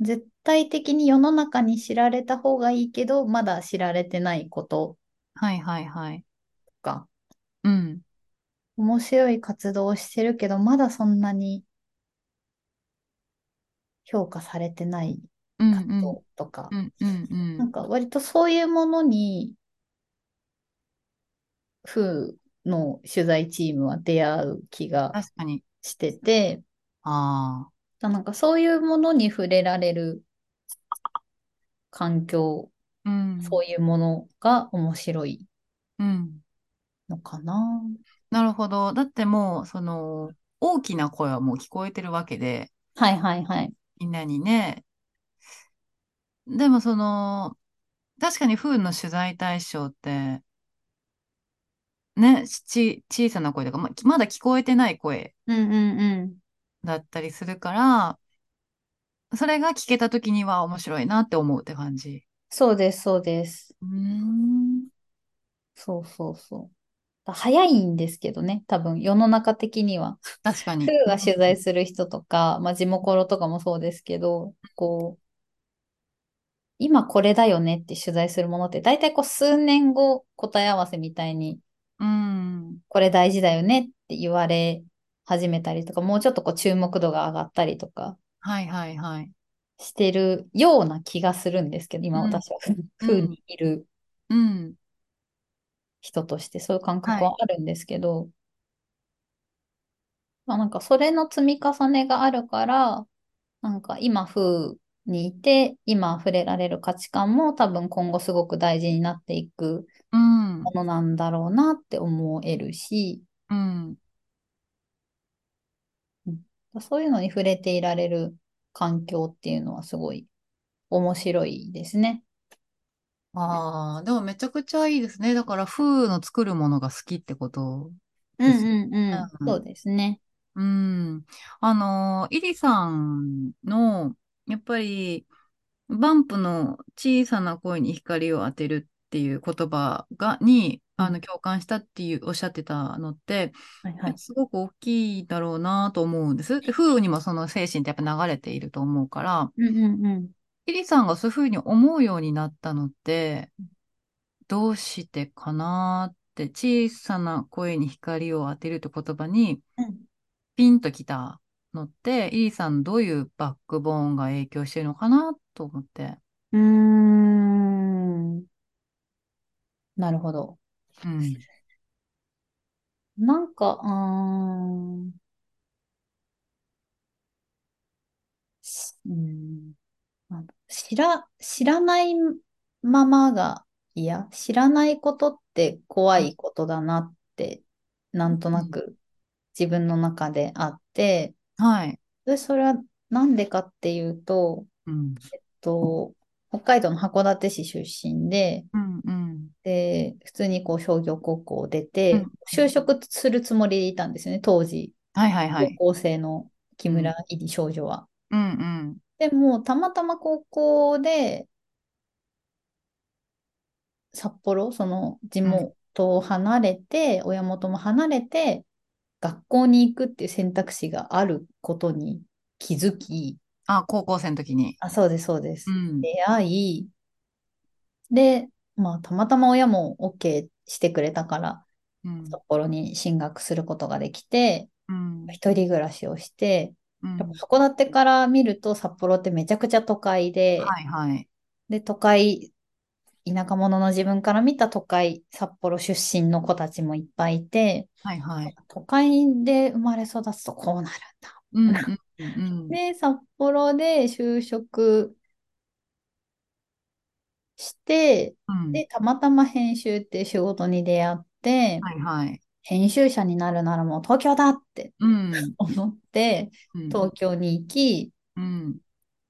Speaker 2: 絶対的に世の中に知られた方がいいけど、まだ知られてないこと
Speaker 1: はいはいはい。
Speaker 2: とか、
Speaker 1: うん
Speaker 2: 面白い活動をしてるけど、まだそんなに評価されてない
Speaker 1: うん
Speaker 2: 活
Speaker 1: うん
Speaker 2: 動とか
Speaker 1: う、んうんう
Speaker 2: なん
Speaker 1: ん
Speaker 2: か割とそういうものに、風の取材チームは出会う気が
Speaker 1: 確かに。
Speaker 2: してて、
Speaker 1: あ
Speaker 2: なんかそういうものに触れられる環境、
Speaker 1: あ。うん
Speaker 2: そういうものが面白い
Speaker 1: うん
Speaker 2: のかな。
Speaker 1: なるほど。だってもう、その、大きな声はもう聞こえてるわけで、
Speaker 2: はいはいはい。
Speaker 1: みんなにね。でもその、確かにフーの取材対象って、ね、ち、小さな声とか、ま、まだ聞こえてない声
Speaker 2: うんうんうん。
Speaker 1: だったりするから、それが聞けた時には面白いなって思うって感じ。
Speaker 2: そうですそうです。
Speaker 1: うーん。
Speaker 2: そうそうそう。早いんですけどね、多分世の中的には。
Speaker 1: 確かに。
Speaker 2: フーが取材する人とか、まあ、地元ロとかもそうですけど、こう、今これだよねって取材するものって、大体こう数年後答え合わせみたいに、
Speaker 1: うん。
Speaker 2: これ大事だよねって言われ始めたりとか、もうちょっとこう注目度が上がったりとか
Speaker 1: はいはいはい。
Speaker 2: してるような気がするんですけど、今
Speaker 1: うん
Speaker 2: 私はフーにいる
Speaker 1: うん。
Speaker 2: 人としてそういう感覚はあるんですけど、まあなんかそれの積み重ねがあるから、なんか今風にいて、今触れられる価値観も多分今後すごく大事になっていく
Speaker 1: うん
Speaker 2: も。のなんだろうなって思えるし、
Speaker 1: うん。
Speaker 2: そういうのに触れていられる環境っていうのはすごい面白いですね。
Speaker 1: ああ、でもめちゃくちゃいいですね。だから、フーの作るものが好きってこと。
Speaker 2: うんうんうん
Speaker 1: うんうん
Speaker 2: そうですね。
Speaker 1: うん。あの、イリさんの、やっぱり、バンプの小さな声に光を当てるっていう言葉が、に、あの、共感したっていう、おっしゃってたのって、
Speaker 2: はいはい。
Speaker 1: すごく大きいだろうなと思うんです。で、風雨にもその精神ってやっぱ流れていると思うから、
Speaker 2: うんうんうん。
Speaker 1: イリさんがそういうふうに思うようになったのって、どうしてかなって、小さな声に光を当てるって言葉に、
Speaker 2: うん
Speaker 1: ピンときたのって、イリさんどういうバックボーンが影響してるのかなと思って。
Speaker 2: うーん。なるほど。
Speaker 1: うん。
Speaker 2: なんか、うーん。しうーんあの知ら、知らないままが、いや、知らないことって怖いことだなって、なんとなく自分の中であって、
Speaker 1: はい。
Speaker 2: で、それはなんでかっていうと、
Speaker 1: うん。
Speaker 2: と、北海道の函館市出身で、
Speaker 1: うんうん。
Speaker 2: で、普通にこう商業高校を出て、
Speaker 1: うん
Speaker 2: 就職するつもりでいたんですよね、当時、
Speaker 1: はいはいはい。
Speaker 2: 高校生の木村入り少女は。
Speaker 1: うんうん。
Speaker 2: でも、たまたま高校で、札幌、その地元を離れて、親元も離れて、学校に行くっていう選択肢があることに気づき、
Speaker 1: あ、高校生の時に。
Speaker 2: あ、そうです、そうです。
Speaker 1: うん。
Speaker 2: 出会い、で、まあ、たまたま親も OK してくれたから、
Speaker 1: うん。
Speaker 2: 札幌に進学することができて、
Speaker 1: うん。
Speaker 2: 一人暮らしをして、
Speaker 1: うん
Speaker 2: やっぱ函館から見ると札幌ってめちゃくちゃ都会で、
Speaker 1: はいはい。
Speaker 2: で、都会、田舎者の自分から見た都会、札幌出身の子たちもいっぱいいて、
Speaker 1: はいはい。
Speaker 2: 都会で生まれ育つとこうなるんだ。
Speaker 1: うん。うんうん。
Speaker 2: で、札幌で就職して、
Speaker 1: うん
Speaker 2: で、たまたま編集っていう仕事に出会って、
Speaker 1: はいはい。
Speaker 2: 編集者になるならもう東京だって
Speaker 1: うん。
Speaker 2: 思って、
Speaker 1: うん
Speaker 2: 東京に行き、
Speaker 1: うん。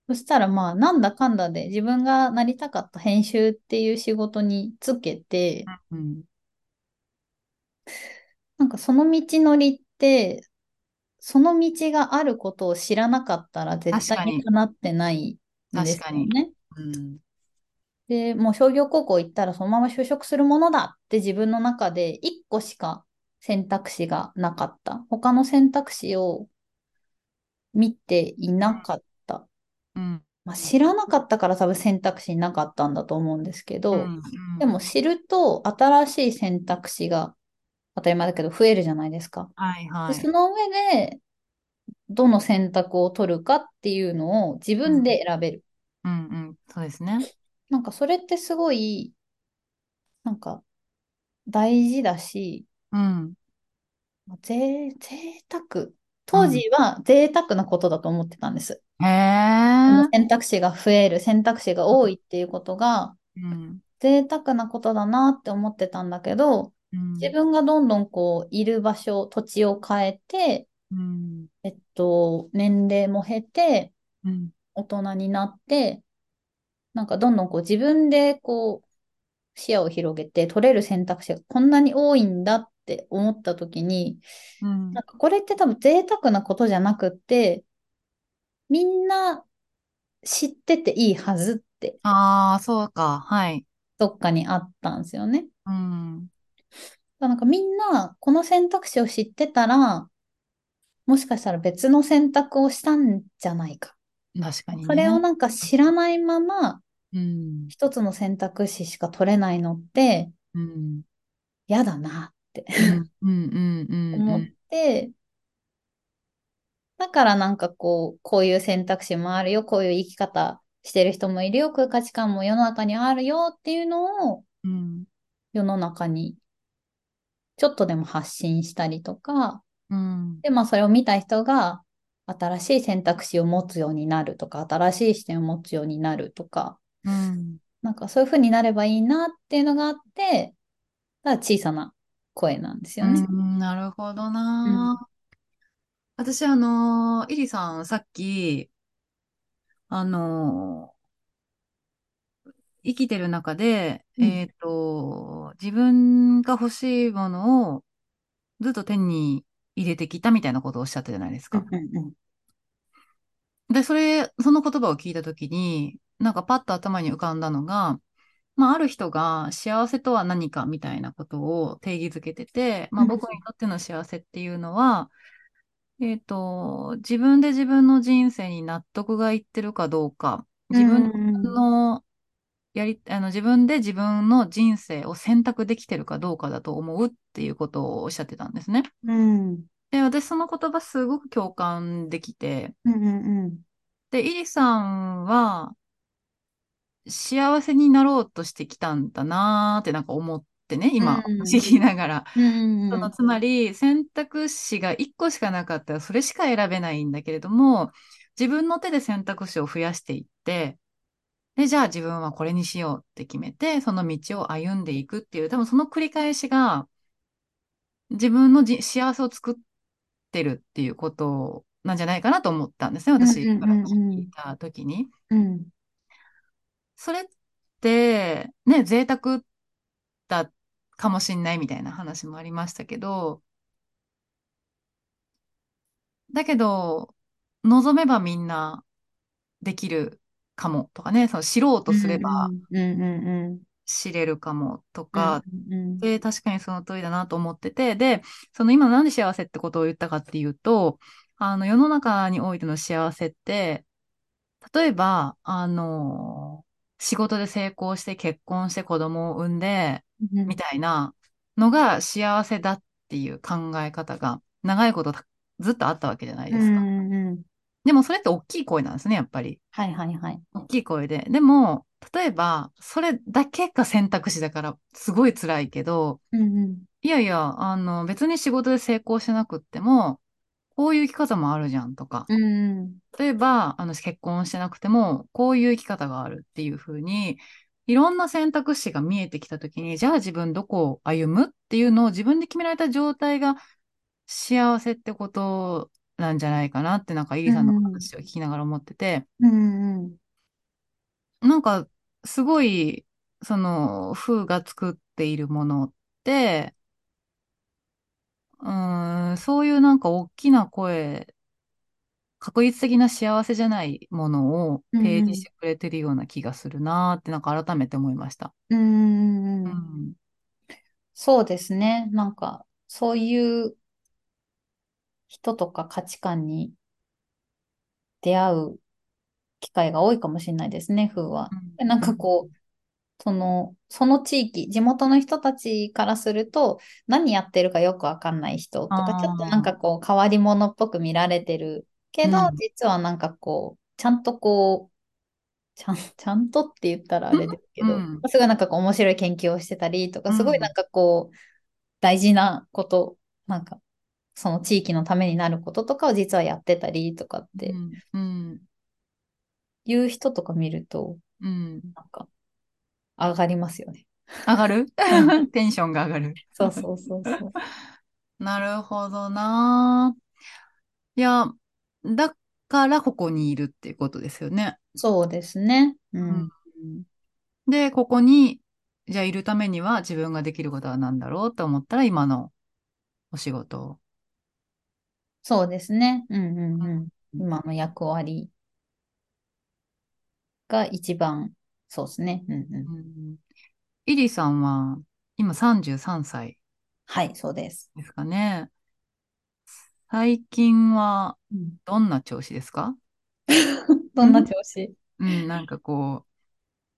Speaker 2: そしたらまあ、なんだかんだで自分がなりたかった編集っていう仕事につけて、
Speaker 1: うん。
Speaker 2: なんかその道のりって、その道があることを知らなかったら絶
Speaker 1: 確か
Speaker 2: 対
Speaker 1: に
Speaker 2: に叶ってないんです
Speaker 1: 確
Speaker 2: よ
Speaker 1: かに
Speaker 2: ね。
Speaker 1: うん。
Speaker 2: で、もう商業高校行ったらそのまま就職するものだって自分の中で1個しか選択肢がなかった。他の選択肢を見ていなかった。
Speaker 1: うん。
Speaker 2: まあ、知らなかったから多分選択肢なかったんだと思うんですけど、
Speaker 1: うん
Speaker 2: でも、知ると新しい選択肢が当たり前だけど増えるじゃないですか。
Speaker 1: はいは
Speaker 2: で
Speaker 1: い
Speaker 2: そ。の上でどの選択を取るかっていうのを自分で選べる。
Speaker 1: うんうん。そうですね。
Speaker 2: なんかそれってすごい、なんか大事だし、
Speaker 1: うん。
Speaker 2: ぜ、贅沢。当時は贅沢なことだと思ってたんです。
Speaker 1: へ
Speaker 2: こ
Speaker 1: え
Speaker 2: の。選択肢が増える、選択肢が多いっていうことが
Speaker 1: うん。
Speaker 2: 贅沢なことだなって思ってたんだけど、
Speaker 1: うん
Speaker 2: 自分がどんどんこう、いる場所、土地を変えて、
Speaker 1: うん。
Speaker 2: えっと、年齢も経て、
Speaker 1: うん。
Speaker 2: 大人になって、なんかどんどんこう自分でこう視野を広げて取れる選択肢がこんなに多いんだって思った時に、
Speaker 1: うん
Speaker 2: なんかこれって多分贅沢なことじゃなくって、みんな知ってていいはずって
Speaker 1: ああ、そうか。はい。
Speaker 2: どっかにあったんですよね。
Speaker 1: うん。
Speaker 2: だからなんかみんなこの選択肢を知ってたら、もしかしたら別の選択をしたんじゃないか。
Speaker 1: 確かにね。
Speaker 2: それをなんか知らないまま、
Speaker 1: うん。
Speaker 2: 一つの選択肢しか取れないのって
Speaker 1: うん。
Speaker 2: 嫌だなって
Speaker 1: うんうんうんうん
Speaker 2: 思って、だからなんかこう、こういう選択肢もあるよ、こういう生き方してる人もいるよ、こういう価値観も世の中にあるよっていうのを
Speaker 1: うん
Speaker 2: 世の中にちょっとでも発信したりとか、
Speaker 1: うん
Speaker 2: で、まあそれを見た人が新しい選択肢を持つようになるとか、新しい視点を持つようになるとか、
Speaker 1: うん
Speaker 2: なんかそういう風になればいいなっていうのがあって、だから小さな声なんですよね。
Speaker 1: うんなるほどなあ。私、あのー、イリさん、さっき、あのー、生きてる中で、
Speaker 2: うん
Speaker 1: えっと、自分が欲しいものをずっと手に入れてきたみたいなことをおっしゃったじゃないですか。で、それ、その言葉を聞いたときに、なんかパッと頭に浮かんだのが、まあ、ある人が幸せとは何かみたいなことを定義づけてて、まあ、
Speaker 2: うん
Speaker 1: 僕にとっての幸せっていうのは、えっと、自分で自分の人生に納得がいってるかどうか、自分の、やり、あの、自分で自分の人生を選択できてるかどうかだと思うっていうことをおっしゃってたんですね。
Speaker 2: うん
Speaker 1: で、私その言葉すごく共感できて、
Speaker 2: うんうん
Speaker 1: で、イリさんは、幸せになろうとしてきたんだなーってなんか思ってね、今、
Speaker 2: うん
Speaker 1: 不思議ながら。
Speaker 2: うん
Speaker 1: その
Speaker 2: う
Speaker 1: つまり、選択肢が1個しかなかったら、それしか選べないんだけれども、自分の手で選択肢を増やしていって、で、じゃあ自分はこれにしようって決めて、その道を歩んでいくっていう、多分その繰り返しが、自分のじ幸せを作ってるっていうことなんじゃないかなと思ったんですね、私
Speaker 2: うんうん
Speaker 1: から
Speaker 2: うんうん
Speaker 1: 聞いたときに。
Speaker 2: ん
Speaker 1: それって、ね、贅沢だかもしんないみたいな話もありましたけど、だけど、望めばみんなできるかもとかね、その知ろうとすれば
Speaker 2: うんうん
Speaker 1: 知れるかもと
Speaker 2: うん
Speaker 1: か、
Speaker 2: うん
Speaker 1: で、確かにその通りだなと思ってて、で、その今なんで幸せってことを言ったかっていうと、あの世の中においての幸せって、例えば、あのー仕事で成功して結婚して子供を産んで、
Speaker 2: うん
Speaker 1: みたいなのが幸せだっていう考え方が長いことたずっとあったわけじゃないですか。
Speaker 2: うんうん
Speaker 1: でもそれって大きい声なんですね、やっぱり。
Speaker 2: はいはいはい。
Speaker 1: 大きい声で。でも、例えば、それだけが選択肢だから、すごい辛いけど、
Speaker 2: うんうん
Speaker 1: いやいや、あの、別に仕事で成功してなくっても、こういう生き方もあるじゃんとか、
Speaker 2: うん
Speaker 1: 例えば、あの、結婚してなくても、こういう生き方があるっていう風に、いろんな選択肢が見えてきたときに、じゃあ自分どこを歩むっていうのを自分で決められた状態が幸せってことなんじゃないかなって、なんかイリさんの話を聞きながら思ってて、
Speaker 2: うんうん
Speaker 1: なんか、すごい、その、風が作っているものって、うーん、そういうなんか大きな声、確率的な幸せじゃないものを提示してくれてるような気がするなーって、なんか改めて思いました。
Speaker 2: うんうん
Speaker 1: う
Speaker 2: うん
Speaker 1: ん。
Speaker 2: そうですね。なんか、そういう人とか価値観に出会う機会が多いかもしれないですね、風は。でなんかこう、その、その地域、地元の人たちからすると、何やってるかよくわかんない人と
Speaker 1: あ
Speaker 2: か、
Speaker 1: ー
Speaker 2: ちょっとなんかこう、変わり者っぽく見られてるけど、
Speaker 1: うん
Speaker 2: 実はなんかこう、ちゃんとこう、ちゃん、ちゃんとって言ったらあれですけど、
Speaker 1: うん
Speaker 2: すごいなんかこう、面白い研究をしてたりと
Speaker 1: う
Speaker 2: か、
Speaker 1: ん
Speaker 2: すごいなんかこう、大事なこと、なんか、その地域のためになることとかを実はやってたりとかっ
Speaker 1: う
Speaker 2: て
Speaker 1: ん。うん。
Speaker 2: いう人とか見ると、
Speaker 1: うん。
Speaker 2: なんか、上がりますよね。
Speaker 1: 上がる
Speaker 2: う
Speaker 1: テンションが上がる。
Speaker 2: そうそうそうそう。
Speaker 1: なるほどなー。いや、だからここにいるっていうことですよね。
Speaker 2: そうですね。うん。
Speaker 1: で、ここに、じゃあいるためには自分ができることは何だろうと思ったら今のお仕事を。
Speaker 2: そうですね。うんうんうん。
Speaker 1: うん
Speaker 2: 今の役割が一番、そうですね。うんうん。
Speaker 1: うんイリーさんは今33歳
Speaker 2: はい、そうです。
Speaker 1: ですかね。最近は
Speaker 2: うん、
Speaker 1: どんな調子ですか
Speaker 2: どんな調子
Speaker 1: うん、なんかこう、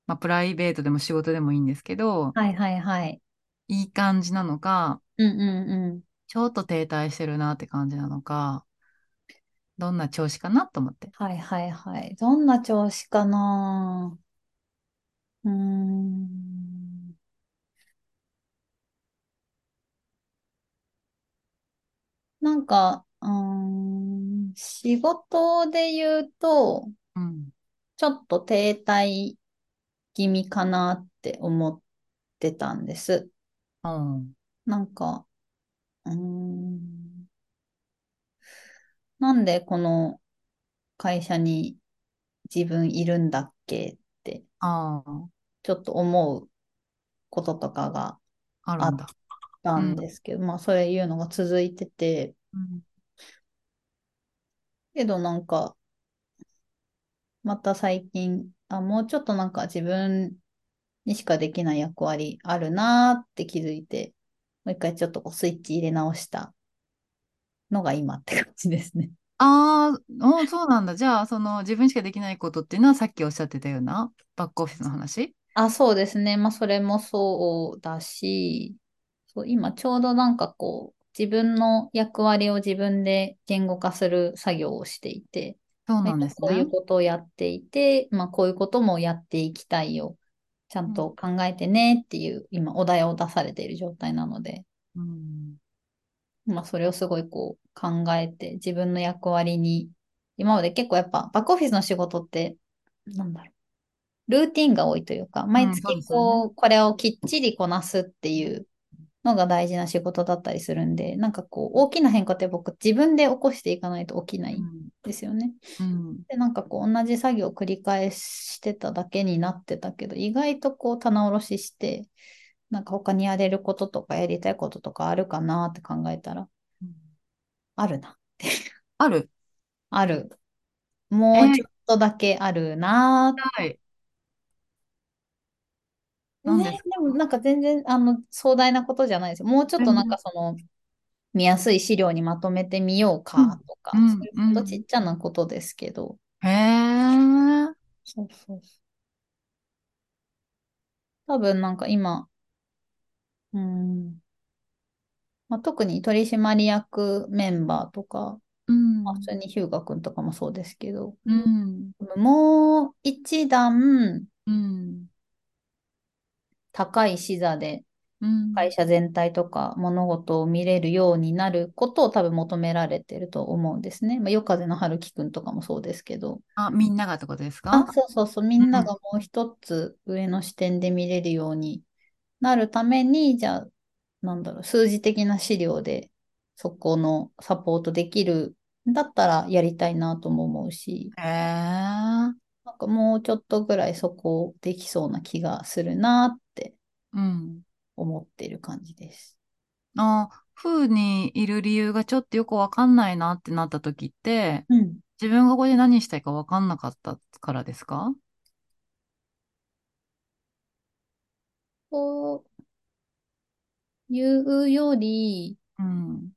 Speaker 1: まあ、プライベートでも仕事でもいいんですけど、
Speaker 2: はいはいはい。
Speaker 1: いい感じなのか、
Speaker 2: うんうんうん。
Speaker 1: ちょっと停滞してるなって感じなのか、どんな調子かなと思って。
Speaker 2: はいはいはい。どんな調子かなうーん。なんか、うーん、仕事で言うと、
Speaker 1: うん。
Speaker 2: ちょっと停滞気味かなって思ってたんです。
Speaker 1: うん。
Speaker 2: なんか、うーん。なんでこの会社に自分いるんだっけって、
Speaker 1: ああ、
Speaker 2: ちょっと思うこととかが
Speaker 1: あるんだ。
Speaker 2: あったんですけど、まあそういうのが続いてて、
Speaker 1: うん
Speaker 2: けどなんか、また最近、あ、もうちょっとなんか自分にしかできない役割あるなーって気づいて、もう一回ちょっとこうスイッチ入れ直したのが今って感じですね。
Speaker 1: ああ、おそうなんだ。じゃあ、その自分しかできないことっていうのはさっきおっしゃってたようなバックオフィスの話
Speaker 2: あ、そうですね。まあそれもそうだし、そう、今ちょうどなんかこう、自分の役割を自分で言語化する作業をしていて、
Speaker 1: そうなんです
Speaker 2: こうい
Speaker 1: ね
Speaker 2: う。ことをやっていて、まあ、こういうこともやっていきたいよ。ちゃんと考えてねっていう、今、お題を出されている状態なので、
Speaker 1: うん。
Speaker 2: まあ、それをすごいこう考えて、自分の役割に、今まで結構やっぱ、バックオフィスの仕事って、なんだろう、ルーティンが多いというか、毎月
Speaker 1: そうですよ
Speaker 2: こう、これをきっちりこなすっていうのが大事な仕事だったりするんで、なんかこう、大きな変化って僕、自分で起こしていかないと起きないんですよね。
Speaker 1: うん。
Speaker 2: で、なんかこう同じ作業を繰り返してただけになってたけど、意外とこう棚卸しして、なんか他にやれることとかやりたいこととかあるかなって考えたら、
Speaker 1: うん
Speaker 2: あるな。
Speaker 1: ある。
Speaker 2: ある。もうちょっとだけあるなー
Speaker 1: はい。
Speaker 2: ね、
Speaker 1: 何ですか
Speaker 2: でもなんか全然あの壮大なことじゃないですよ。もうちょっとなんかその見やすい資料にまとめてみようかとか、
Speaker 1: うん
Speaker 2: そういう
Speaker 1: う
Speaker 2: こと
Speaker 1: ん
Speaker 2: ちっちゃなことですけど、
Speaker 1: へえ。
Speaker 2: そうそうそう。多分なんか今、うん。まあ、特に取締役メンバーとか、
Speaker 1: うん
Speaker 2: まあ、普通にヒューガ君とかもそうですけど、
Speaker 1: うん
Speaker 2: もう一段
Speaker 1: うん
Speaker 2: 高い視座で
Speaker 1: うん
Speaker 2: 会社全体とか物事を見れるようになることを多分求められてると思うんですね。まあ、夜風の春樹くんとかもそうですけど。
Speaker 1: あみんながってことですか
Speaker 2: あ、そうそうそう、みんながもう一つ上の視点で見れるようになるために、じゃあ、なんだろう、数字的な資料でそこのサポートできるんだったらやりたいなとも思うし、
Speaker 1: へえ
Speaker 2: なんかもうちょっとぐらいそこできそうな気がするなって
Speaker 1: うん
Speaker 2: 思ってる感じです。
Speaker 1: あ風にいる理由がちょっとよくわかんないなってなった時って
Speaker 2: うん。
Speaker 1: 自分がここで何したいかわかんなかったからですか
Speaker 2: こういうより、
Speaker 1: うん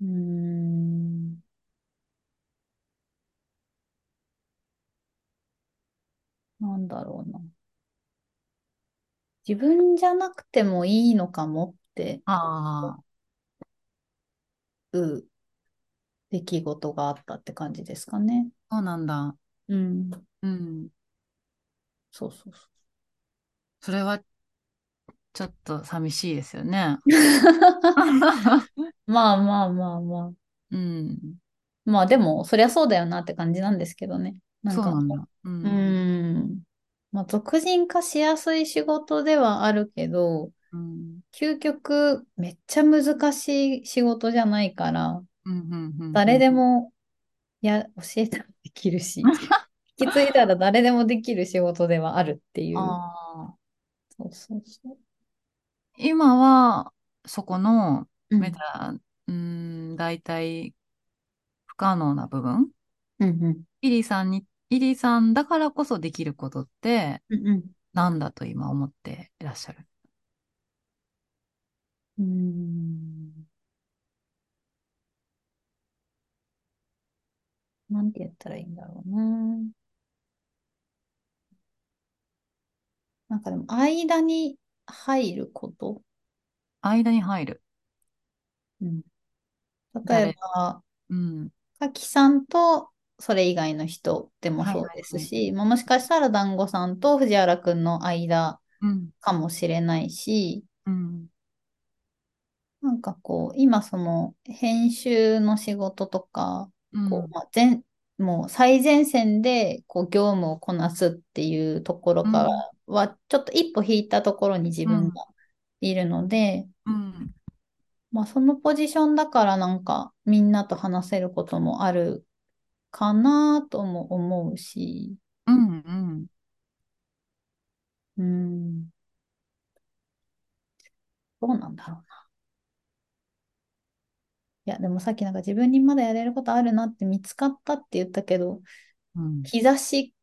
Speaker 2: うーん。なんだろうな。自分じゃなくてもいいのかもって
Speaker 1: ああ
Speaker 2: いう出来事があったって感じですかね。
Speaker 1: そうなんだ
Speaker 2: うん。
Speaker 1: うん
Speaker 2: そうそうそう。
Speaker 1: それはちょっと寂しいですよ ね
Speaker 2: まあまあまあまあ。
Speaker 1: うん
Speaker 2: まあでも、そりゃそうだよなって感じなんですけどね。なん
Speaker 1: そう
Speaker 2: か、
Speaker 1: なんだう
Speaker 2: うんん。まあ、俗人化しやすい仕事ではあるけど、
Speaker 1: うん
Speaker 2: 究極めっちゃ難しい仕事じゃないから、
Speaker 1: うんうんうん
Speaker 2: 誰でもや、教えたらできる し、引き継いだら誰でもできる仕事ではあるっていう。
Speaker 1: ああ
Speaker 2: そうそうそう。
Speaker 1: 今はそこの
Speaker 2: うん
Speaker 1: メタ、うん、大体不可能な部分
Speaker 2: うんうん
Speaker 1: イリーさんに、イリーさんだからこそできることって
Speaker 2: うんうん
Speaker 1: なんだと今思っていらっしゃる。
Speaker 2: うーんなんて言ったらいいんだろうな。なんかでも、間に入ること。
Speaker 1: 間に入る。
Speaker 2: うん例
Speaker 1: 誰
Speaker 2: えば、
Speaker 1: うん。
Speaker 2: かきさんとそれ以外の人でもそうですし、まあもしかしたら団子さんと藤原くんの間
Speaker 1: うん。
Speaker 2: かもしれないし、
Speaker 1: うん。
Speaker 2: なんかこう、今その編集の仕事とか、
Speaker 1: うん
Speaker 2: こう、まあ、前、もう最前線でこう業務をこなすっていうところからは、ちょっと一歩引いたところに自分がいるので、
Speaker 1: うん。
Speaker 2: まあそのポジションだからなんかみんなと話せることもあるかなとも思うし、
Speaker 1: うん。うん。
Speaker 2: うん。どうなんだろうな。いや、でもさっきなんか自分にまだやれることあるなって見つかったって言ったけど、
Speaker 1: うん。
Speaker 2: 日差し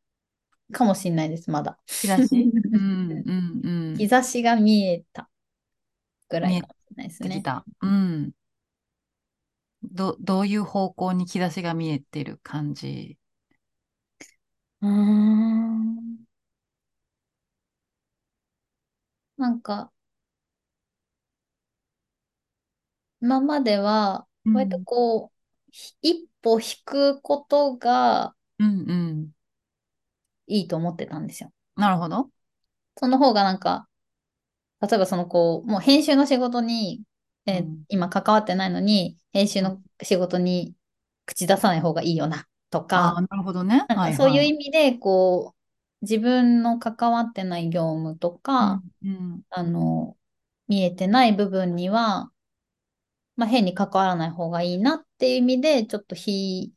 Speaker 2: かもしれないです、まだ。
Speaker 1: 日差 しうん。うん。うん。
Speaker 2: 日差しが見えたぐらいかもしれないです
Speaker 1: でき
Speaker 2: ね。
Speaker 1: た。うん。ど、どういう方向に兆しが見えてる感じ
Speaker 2: うーんなんか、今までは、
Speaker 1: うん
Speaker 2: 割とこう、ひ一歩引くことが
Speaker 1: うんうん。
Speaker 2: いいと思ってたんですよ。
Speaker 1: なるほど。
Speaker 2: その方がなんか、例えばそのこう、もう編集の仕事に、えー
Speaker 1: うん
Speaker 2: 今関わってないのに、編集の仕事に口出さない方がいいよな、とか
Speaker 1: ああ、、なるほどね。
Speaker 2: なんか
Speaker 1: はい
Speaker 2: そういう
Speaker 1: はい
Speaker 2: 意味で、こう、自分の関わってない業務とか、
Speaker 1: うん
Speaker 2: あの、見えてない部分には、まあ、変に関わらない方がいいなっていう意味で、ちょっと引い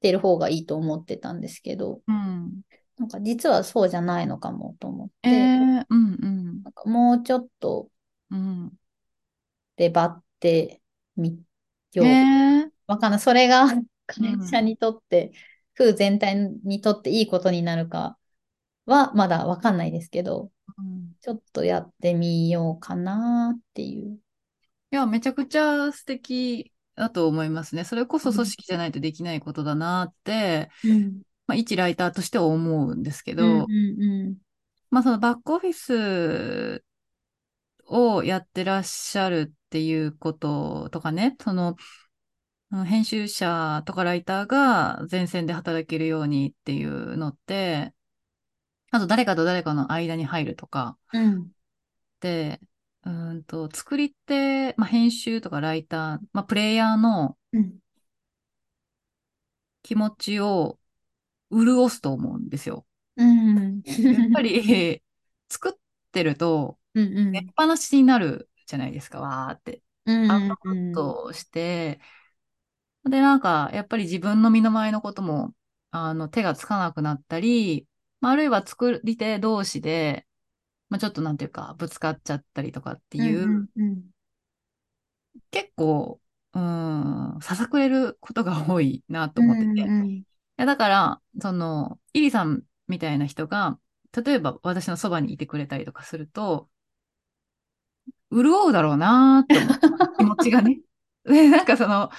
Speaker 2: てる方がいいと思ってたんですけど、
Speaker 1: うん。うん。
Speaker 2: なんか実はそうじゃないのかもと思って、
Speaker 1: えー、うんうん
Speaker 2: なんかもうちょっと
Speaker 1: うん。
Speaker 2: 出張ってみよう。
Speaker 1: ねえ
Speaker 2: わかんない。それが会社にとって、風全体にとっていいことになるかはまだわかんないですけど、
Speaker 1: うん
Speaker 2: ちょっとやってみようかなっていう。
Speaker 1: いや、めちゃくちゃ素敵だと思いますね。それこそ
Speaker 2: うん
Speaker 1: 組織じゃないとできないことだなって、まあ、一ライターとしては思うんですけど、
Speaker 2: うんうんうん
Speaker 1: まあそのバックオフィスをやってらっしゃるっていうこととかね、その、うん編集者とかライターが前線で働けるようにっていうのって、あと誰かと誰かの間に入るとか
Speaker 2: うん
Speaker 1: って、うーんと、作り手、まあ、編集とかライター、まあ、プレイヤーの
Speaker 2: うん
Speaker 1: 気持ちを潤すと思うんですよ。
Speaker 2: うん
Speaker 1: やっぱ り、作ってると、
Speaker 2: うんうん
Speaker 1: 寝っぱなしになるじゃないですか、わーって。
Speaker 2: うん
Speaker 1: アウトプットをして、で、なんか、やっぱり自分の身の回りのことも、あの、手がつかなくなったり、まあ、あるいは作り手同士で、まあ、ちょっとなんていうか、ぶつかっちゃったりとかっていう、
Speaker 2: うんうんうん
Speaker 1: 結構、うーん、ささくれることが多いなと思ってて。
Speaker 2: うんうん
Speaker 1: いや、だから、その、イリさんみたいな人が、例えば私のそばにいてくれたりとかすると、潤うだろうなーって思う気持ちが ね。で、なんかその、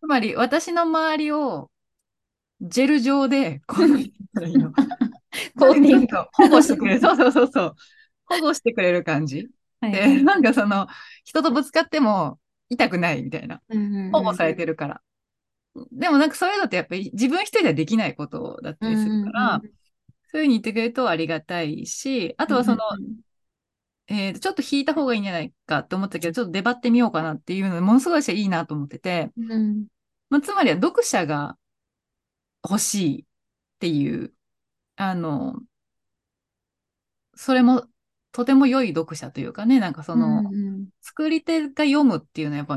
Speaker 1: つまり私の周りを、ジェル状で、こう、なん て言ったらいいの
Speaker 2: コーティング
Speaker 1: なんか保護してくれる。そうそうそうそう。保護してくれる感じ。
Speaker 2: はいは
Speaker 1: で、
Speaker 2: い
Speaker 1: なんかその、人とぶつかっても痛くないみたいな。
Speaker 2: うんうんうん
Speaker 1: 保護されてるから。でもなんかそういうのってやっぱり自分一人ではできないことだったりするから、
Speaker 2: うんうんうん
Speaker 1: そういうふうに言ってくれるとありがたいし、あとはその、
Speaker 2: うんうん
Speaker 1: えーとちょっと引いた方がいいんじゃないかって思ったけど、ちょっと出張ってみようかなっていうので、ものすごい私はいいなと思ってて、
Speaker 2: うん
Speaker 1: まあ、つまりは読者が欲しいっていう、あの、それもとても良い読者というかね、なんかその、
Speaker 2: うんうん
Speaker 1: 作り手が読むっていうのはやっぱ違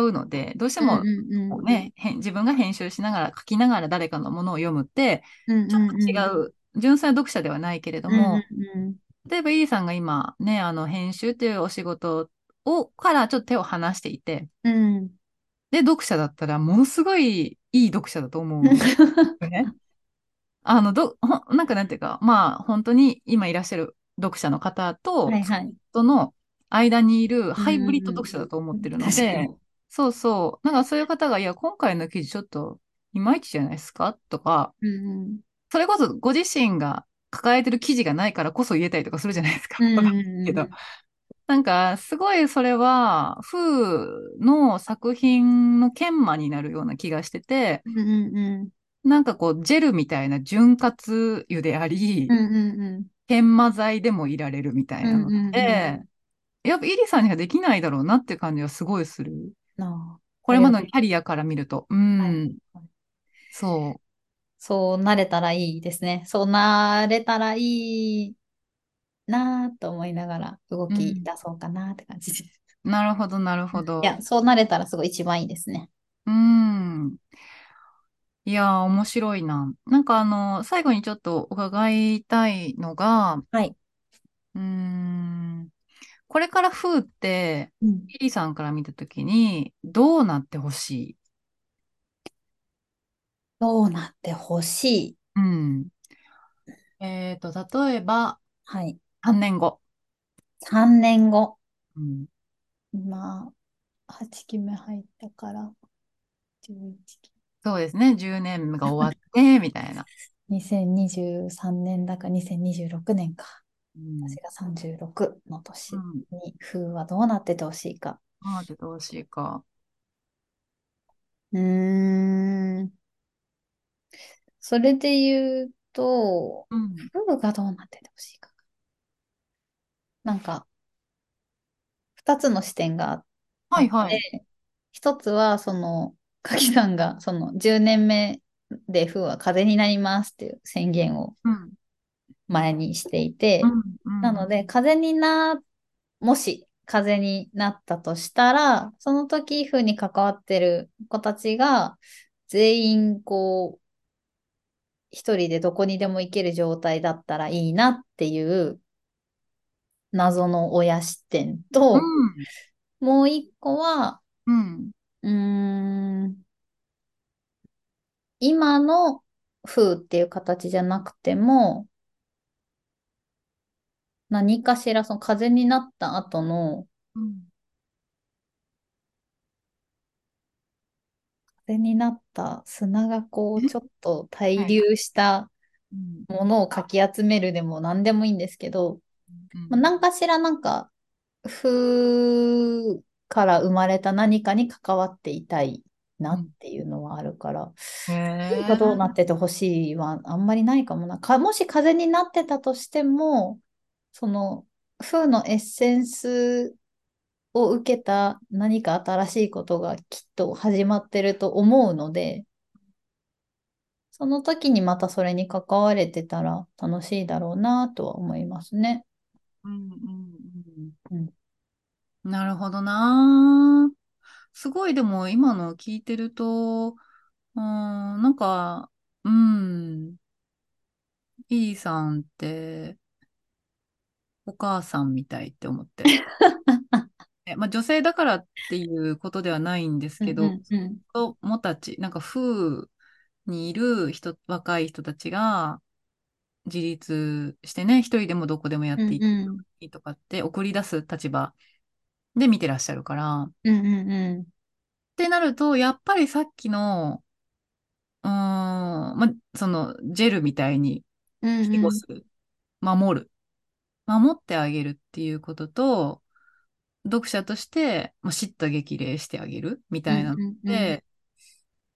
Speaker 1: うので、どうしても
Speaker 2: うんうん
Speaker 1: こ
Speaker 2: う
Speaker 1: うんね、へん自分が編集しながら書きながら誰かのものを読むって
Speaker 2: うん
Speaker 1: ちょっと違う、純粋な読者ではないけれども、
Speaker 2: うんうん
Speaker 1: 例えばイリさんが今ねあの編集というお仕事をからちょっと手を離していて
Speaker 2: うんうん
Speaker 1: で読者だったらものすごいいい読者だと思うんですよ ね。あのどほんなんかなんていうかまあ本当に今いらっしゃる読者の方と
Speaker 2: はいはい
Speaker 1: との間にいるハイブリッド読者だと思ってるの
Speaker 2: 確
Speaker 1: で。
Speaker 2: かに
Speaker 1: そうそう。なんかそういう方が、いや、今回の記事ちょっといまいちじゃないですかとか、
Speaker 2: うんうん
Speaker 1: それこそご自身が抱えてる記事がないからこそ言えたりとかするじゃないですか。
Speaker 2: うん
Speaker 1: わかん
Speaker 2: う
Speaker 1: ない
Speaker 2: んうん
Speaker 1: けどなんか、すごいそれは、風の作品の研磨になるような気がしてて、
Speaker 2: うんうんうん
Speaker 1: なんかこう、ジェルみたいな潤滑油であり
Speaker 2: う、んうんうん
Speaker 1: 研磨剤でもいられるみたいな
Speaker 2: うんうんう
Speaker 1: の
Speaker 2: ん
Speaker 1: で、やっぱイリさんにはできないだろうなっていう感じはすごいする。
Speaker 2: な
Speaker 1: これまでのキャリアから見ると。うん。
Speaker 2: あ
Speaker 1: そう。
Speaker 2: そうなれたらいいですね。そうなれたらいいなぁと思いながら動き出そうかなって感じです。
Speaker 1: なるほど、なるほど。
Speaker 2: いや、そうなれたらすごい一番いいですね。
Speaker 1: うん。いやー、面白いな。なんかあの、最後にちょっと伺いたいのが、
Speaker 2: はい。
Speaker 1: うーん、これから風って、
Speaker 2: うん
Speaker 1: リリーさんから見たときに、どうなってほしい
Speaker 2: どうなってほしい。
Speaker 1: うん。えっと、例えば、
Speaker 2: はい。
Speaker 1: 3年後。
Speaker 2: 3年後。
Speaker 1: うん。
Speaker 2: 今、8期目入ったから、11期。
Speaker 1: そうですね、10年が終わ って、みたいな。
Speaker 2: 2023年だか2026年か。
Speaker 1: うん。
Speaker 2: 私が36の年
Speaker 1: うん
Speaker 2: に、風はどうなっててほしいか。
Speaker 1: どうなっててほしいか。
Speaker 2: うーん。それで言うと、
Speaker 1: うん。
Speaker 2: 風がどうなっててほしいか。なんか、二つの視点があって、
Speaker 1: はいはい。
Speaker 2: 一つは、その、柿さんが、その、10年目で風は風になりますっていう宣言を
Speaker 1: うん。
Speaker 2: 前にしていて、
Speaker 1: うん。
Speaker 2: なので、風にな、もし風になったとしたら、その時、風に関わってる子たちが、全員、こう、一人でどこにでも行ける状態だったらいいなっていう、謎の親視点と、
Speaker 1: うん。
Speaker 2: もう一個は、
Speaker 1: うん。
Speaker 2: うーん、今の風っていう形じゃなくても、何かしらその風になった後の、
Speaker 1: うん
Speaker 2: 風になった砂がこうちょっと滞留した
Speaker 1: うん
Speaker 2: ものをかき集めるでも何でもいいんですけど、まあ、何かしらなんか風から生まれた何かに関わっていたいなっていうのはあるから、何かどうなっててほしいはあんまりないかもな。かもし風になってたとしても、その風のエッセンスを受けた何か新しいことがきっと始まってると思うので、その時にまたそれに関われてたら楽しいだろうなとは思いますね。
Speaker 1: うんうんう
Speaker 2: うん
Speaker 1: んなるほどなー。すごい、でも今の聞いてると、うーん、なんか、うん、E さんって、お母さんみたいって思って。 えまあ、女性だからっていうことではないんですけど、
Speaker 2: うんうんうん
Speaker 1: 子供たち、なんか風にいる人、若い人たちが自立してね、一人でもどこでもやってい
Speaker 2: うんうん
Speaker 1: いとかって送り出す立場で見てらっしゃるから。っ
Speaker 2: うんうんうん
Speaker 1: てなると、やっぱりさっきの、うーん、ま、その、ジェルみたいに
Speaker 2: うん
Speaker 1: 庇護する、守る、守ってあげるっていうことと、読者として、まあ、叱咤激励してあげるみたいなの
Speaker 2: うんうんうん
Speaker 1: で、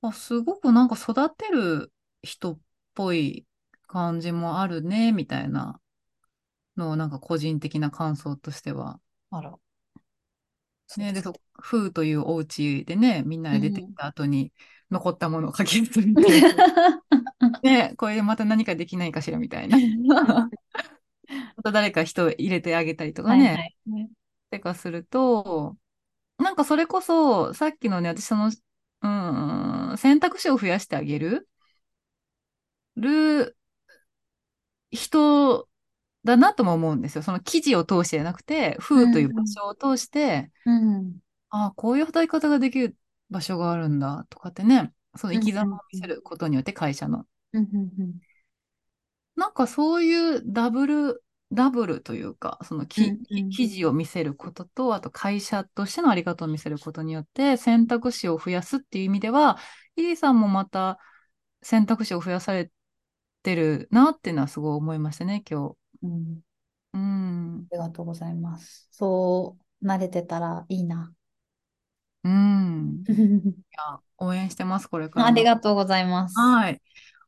Speaker 1: あ、すごくなんか育てる人っぽい感じもあるね、みたいなのをなんか個人的な感想としては。
Speaker 2: あら。
Speaker 1: ね、で、そ、風というお家でね、みんなで出てきた後に残ったものをかき 集めて、ね、これでまた何かできないかしらみたいな。また誰か人を入れてあげたりとか
Speaker 2: はい
Speaker 1: ね。
Speaker 2: はいはい
Speaker 1: てかすると、なんかそれこそ、さっきのね、私その、うん、選択肢を増やしてあげる、る、人だなとも思うんですよ。その記事を通してじゃなくて、風という場所を通して、
Speaker 2: うん
Speaker 1: ああ、こういう働き方ができる場所があるんだとかってね、その生き様を見せることによって会社の。
Speaker 2: うんうんうん
Speaker 1: なんかそういうダブル、ダブルというか、そのき、
Speaker 2: うんうん
Speaker 1: 記事を見せることと、あと会社としてのありがとうを見せることによって、選択肢を増やすっていう意味では、イリーさんもまた選択肢を増やされてるなっていうのはすごい思いましたね、今日。
Speaker 2: うん
Speaker 1: うん。
Speaker 2: ありがとうございます。そう、慣れてたらいい な。
Speaker 1: うん。いや、応援してます、これからも。
Speaker 2: ありがとうございます。あ
Speaker 1: はい。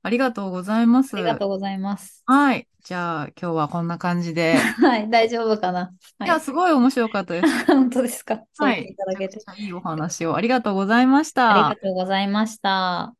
Speaker 1: ありがとうございます。
Speaker 2: りがとうございます。
Speaker 1: はい。じゃあ、今日はこんな感じで。
Speaker 2: はい、大丈夫かな。
Speaker 1: い
Speaker 2: はい
Speaker 1: や、、すごい面白かったです。
Speaker 2: 本当ですか。そう
Speaker 1: は
Speaker 2: 言っ
Speaker 1: い
Speaker 2: ていただけて。
Speaker 1: いいお話をありがとうございました。
Speaker 2: ありがとうございました。